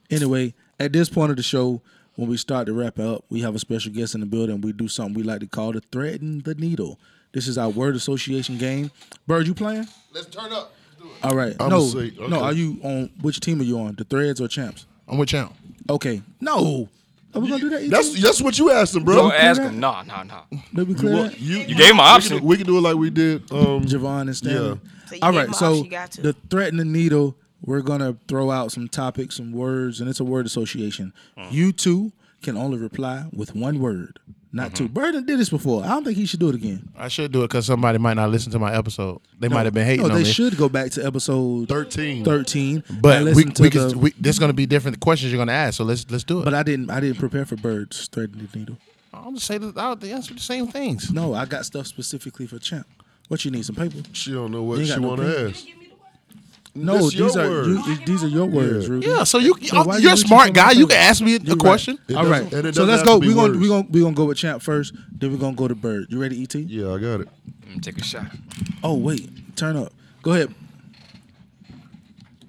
S3: Anyway, at this point of the show, when we start to wrap up, we have a special guest in the building. We do something we like to call the threading the needle. This is our word association game. Bird, you playing?
S8: Let's turn up. Let's do it.
S3: All right.
S6: I'ma
S3: no,
S6: say- okay.
S3: no. Are you on? Which team are you on? The Threads or Champs?
S7: I'm with you.
S3: Okay. No. Are we gonna do that? E
S6: That's that's what you asked him, bro.
S1: Don't ask him. Nah, nah, nah.
S3: Did we clear that?
S6: you,
S1: You gave him an
S6: we can,
S1: option.
S6: do, we can do it like we did. Um,
S3: Javon and Stanley.
S6: Yeah.
S5: So you
S3: All
S5: gave
S3: right,
S5: them
S3: so
S5: option, you got to.
S3: the thread and the needle. We're gonna throw out some topics, some words, and it's a word association. You two can only reply with one word, not two. Burden did this before. I don't think he should do it again.
S7: I should do it because somebody might not listen to my episode. They might have been hating
S3: No,
S7: on
S3: they
S7: me.
S3: should go back to episode
S6: 13.
S3: Thirteen,
S7: But
S3: and
S7: we,
S3: listen to
S7: we, can,
S3: the-
S7: we this going to be different questions you're going to ask. So let's let's do it.
S3: But I didn't. I didn't prepare for birds threading the needle.
S7: I'm just say that I'll answer the same things.
S3: No, I got stuff specifically for champ. What you need? Some paper?
S6: She don't know
S3: You
S6: what
S3: ain't
S6: she
S3: got no
S6: want to
S3: pen.
S6: ask.
S3: No,
S6: This your
S3: these are
S6: word.
S3: you, these are your words, Ruby.
S7: Yeah, so you uh,
S3: So why
S7: you're
S3: you
S7: a
S3: reaching for
S7: smart
S3: my
S7: guy. You
S3: phone?
S7: can ask me a
S3: You're
S7: question.
S3: Right. All
S6: doesn't- and
S3: right.
S6: it
S3: So
S6: doesn't
S3: let's
S6: have to
S3: go.
S6: be
S3: We're gonna
S6: words.
S3: we're gonna we're gonna go with Champ first. Then we're gonna go to Bird. You ready, Et?
S6: Yeah, I got it.
S1: (laughs) Let me take a shot.
S3: Oh wait, turn up. Go ahead.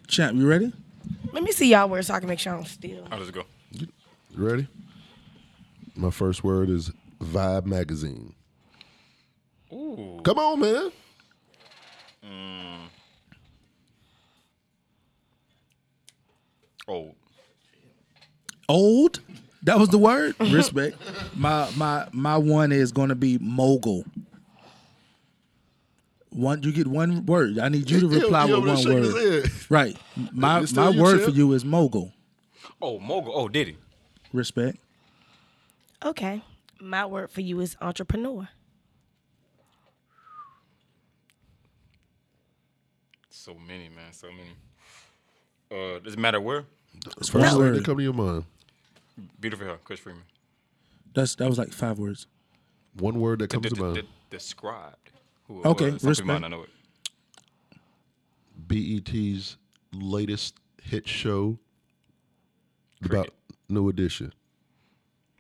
S3: Champ, you ready?
S5: Let me see y'all words so I can make sure I'm still.
S1: I'll just go.
S6: You ready? My first word is Vibe Magazine. Ooh. Come on, man.
S1: Old.
S3: Old. That was
S6: (laughs)
S3: the word. Respect. My my my one is gonna be mogul. One, you get one word. I need
S6: (laughs)
S3: you to
S6: He- he
S3: reply
S6: over
S3: with
S6: there
S3: one
S6: shaking his
S3: word.
S6: head.
S3: Right. My
S6: It's still
S3: my
S6: you,
S3: word
S6: Champ.
S3: for you is mogul.
S1: Oh, mogul. Oh, Diddy.
S3: Respect.
S5: Okay. My word for you is entrepreneur.
S1: So many, man. So many. Uh, doesn't matter where.
S3: It's
S6: First
S3: one
S6: word
S3: word.
S6: that come to your mind.
S1: Beautiful hair, Chris Freeman.
S3: That's that was like five words.
S6: One word that
S1: (laughs)
S6: comes
S1: D-
S6: to
S1: d- d-
S6: mind.
S1: Described. Who it
S3: Okay,
S1: was. Some people
S3: respect.
S1: might not know it.
S6: BET's E latest hit show about New Edition.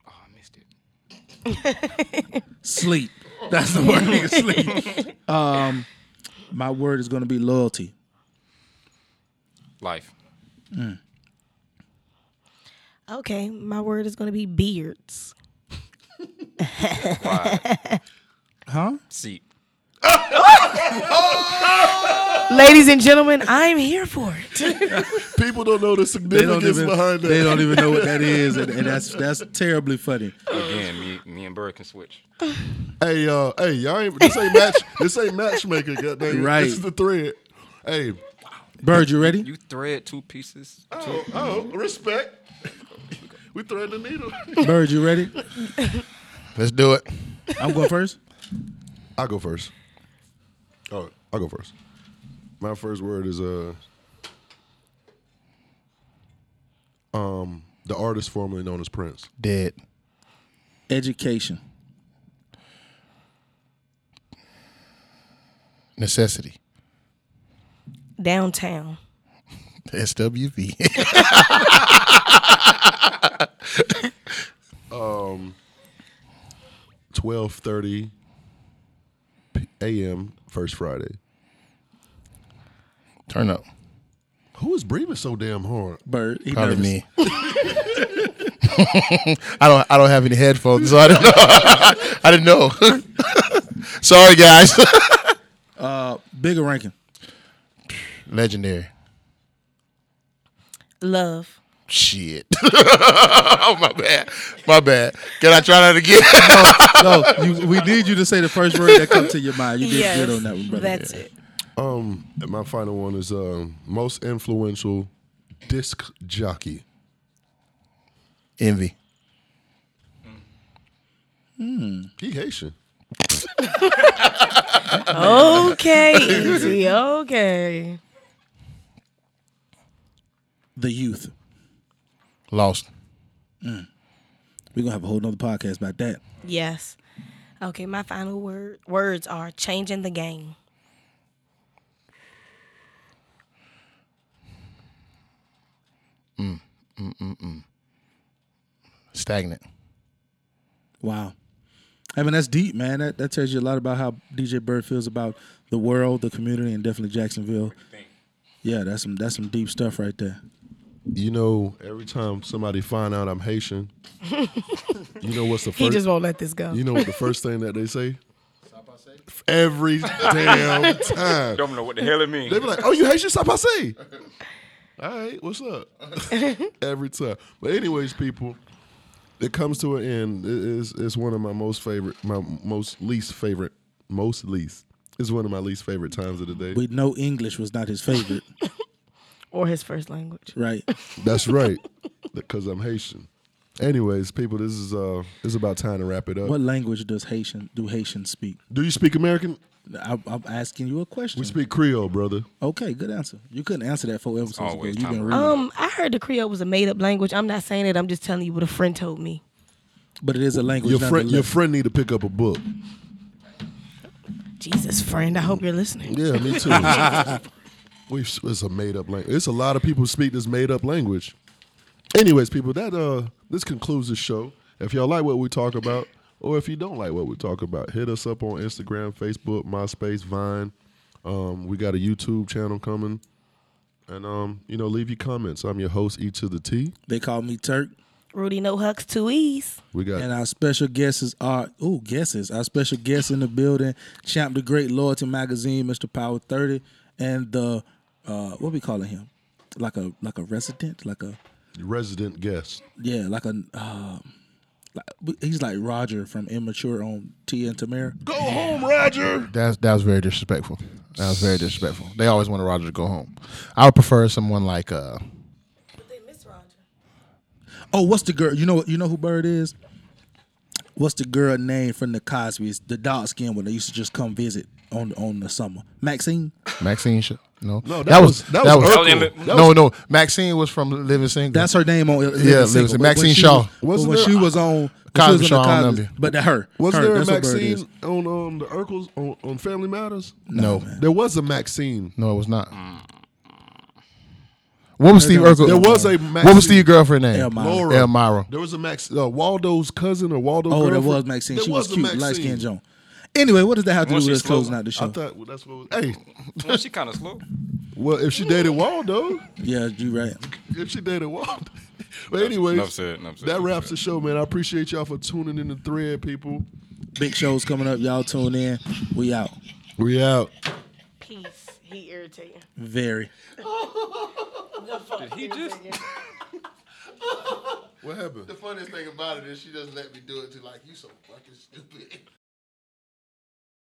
S1: Oh, I missed it.
S3: Sleep. That's the word. nigga, Sleep. Um, my word is gonna be loyalty.
S1: Life.
S5: Okay. My word is going to be beards.
S1: Pride.
S3: Huh?
S1: Seat.
S5: Ladies and gentlemen, I'm here for it.
S6: People don't know the significance behind that.
S3: They don't even know what that is, and, and that's that's terribly funny.
S1: Again, me, me and Bird can switch.
S6: Hey, uh, hey, y'all ain't this ain't
S7: (laughs)
S6: match this ain't matchmaking, goddamn.
S3: Right.
S6: This is the thread. Hey,
S3: Bird, you ready?
S1: You thread two pieces.
S6: oh, oh respect. we thread the needle.
S3: Bird, you ready?
S7: (laughs) Let's do it.
S3: I'm going first.
S6: I'll go first. Oh, I'll go first. My first word is uh um um, the artist formerly known as Prince.
S7: Dead.
S3: Education,
S7: Necessity.
S5: Downtown.
S7: SWV.
S6: twelve thirty a.m. first Friday.
S7: (laughs) Turn up.
S6: Who is breathing so damn hard?
S3: Bird. he
S7: Probably
S3: nervous.
S7: me. (laughs) I don't. I don't have any headphones, so I don't know. (laughs) I didn't know. (laughs) Sorry, guys. (laughs)
S3: Uh, bigger ranking.
S7: Legendary.
S5: Love.
S7: Shit. (laughs) oh my bad. My bad. Can I try that again? (laughs)
S3: no, you, we need you to say the first word that comes to your mind. You did
S5: yes,
S3: good on that one, brother.
S5: That's it.
S6: Um, and my final one is um, most influential disc jockey.
S7: Envy.
S6: He Haitian.
S5: Okay.
S3: (laughs)
S5: Izzy, okay.
S3: The youth.
S7: Lost.
S3: We're gonna have a whole nother podcast about that.
S5: Yes. Okay, my final word words are changing the game.
S7: Stagnant.
S3: Wow. I mean, that's deep, man. That that tells you a lot about how DJ Bird feels about the world, the community, and definitely Jacksonville. Yeah, that's some that's some deep stuff right there.
S6: You know, every time somebody find out I'm
S5: (laughs)
S6: Haitian, you know what's the first?
S5: He just won't let this go.
S6: you know what the first thing that they say? Every damn time.
S1: Don't know what the hell it means.
S6: They be like, "Oh, you Haitian stop I
S3: (laughs)
S6: say. All right, what's up? Every time. But anyways, people, it comes to an end. It is it's one of my most favorite, my most least favorite, most least. It's one of my least favorite times of the day.
S3: We know English was not his favorite,
S5: or his first language.
S3: right? (laughs)
S6: That's right, because I'm Haitian. Anyways, people, this is uh, it's about time to wrap it up.
S3: What language does Haitian do Haitians speak?
S6: Do you speak American?
S3: I, I'm asking you a question.
S6: We speak Creole, brother.
S3: Okay, good answer. You couldn't answer that four episodes ago.
S1: always
S3: You been
S1: time.
S3: reading.
S5: Um, I heard the Creole was a made up language. I'm not saying it. I'm just telling you what a friend told me.
S3: but it is a language.
S6: Your friend, your
S3: nonetheless.
S6: friend need to pick up a book.
S5: Jesus, friend. I hope you're listening.
S6: Yeah, me too. we it's a made up language. It's a lot of people who speak this made up language. Anyways, people, that uh, this concludes the show. If y'all like what we talk about, or if you don't like what we talk about, hit us up on Instagram, Facebook, MySpace, Vine. Um, we got a YouTube channel coming, and um, you know, leave your comments. I'm your host, E to the T.
S3: They call me Turk,
S5: Rudy No Hucks Two E's.
S6: We got
S3: and our special guests are oh guests. Our special guests in the building: Champ the Great, Loyalty Magazine, Mister Power Thirty, and the uh, what we calling him? Like a like a resident, like a
S6: resident guest.
S3: yeah, like a. Uh, like, he's like Roger from Immature on T and Tamara.
S6: Go home, Roger.
S7: That's that was very disrespectful. That was very disrespectful. They always wanted Roger to go home. I would prefer someone like uh
S3: Oh, what's the girl? You know you know who Bird is? What's the girl name from the Cosby's? The dark skin one that used to just come visit on on the summer. Maxine.
S7: Maxine. Sh- no,
S6: No, that was- that was
S1: Urkel. That was-
S7: no, no. Maxine was from Living Single.
S3: That's her name on. Living
S7: Yeah, Living
S3: Single.
S7: Single.
S3: But when
S7: Maxine
S3: she
S7: Shaw.
S3: was- but
S6: Wasn't
S3: when
S6: there-
S3: she was on
S7: Cosby
S3: she was
S7: Shaw, I
S3: on the
S7: love
S3: Cosby's,
S7: you.
S3: but her.
S6: Was
S3: her,
S6: there a
S3: that's what Bird is.
S6: Maxine on um, the Urkels on, on Family Matters?
S7: no,
S6: There was a Maxine.
S7: no, it was not. What was Steve Urkel?
S6: There was a
S7: What
S6: Maxine.
S7: was Steve girlfriend name?
S3: Elmira.
S6: Laura.
S7: Elmira.
S6: There was a Max uh, Waldo's cousin or Waldo.
S3: Oh, there
S6: girlfriend.
S3: was Maxine.
S6: There
S3: she
S6: was
S3: was
S6: a
S3: cute,
S6: Maxine.
S3: light skinned Joan. Anyway, what does that have to
S1: Once
S3: do with
S1: she
S3: us closing
S1: slow-
S3: out the
S6: I
S3: show?
S6: thought well, that's what. Was, hey,
S1: Well, she kind of slow.
S6: well, if she dated Waldo,
S3: yeah, you right.
S6: if she dated Waldo. (laughs) But anyways,
S1: enough said, enough said,
S6: that
S1: enough
S6: wraps
S1: said.
S6: the show, man. I appreciate y'all for tuning in the thread, people.
S3: Big shows coming up. Y'all tune in. We out.
S6: We out.
S5: Peace. He irritating.
S3: Very.
S1: He just
S6: What happened?
S8: The funniest thing about it is she doesn't let me do it. To like you so fucking stupid.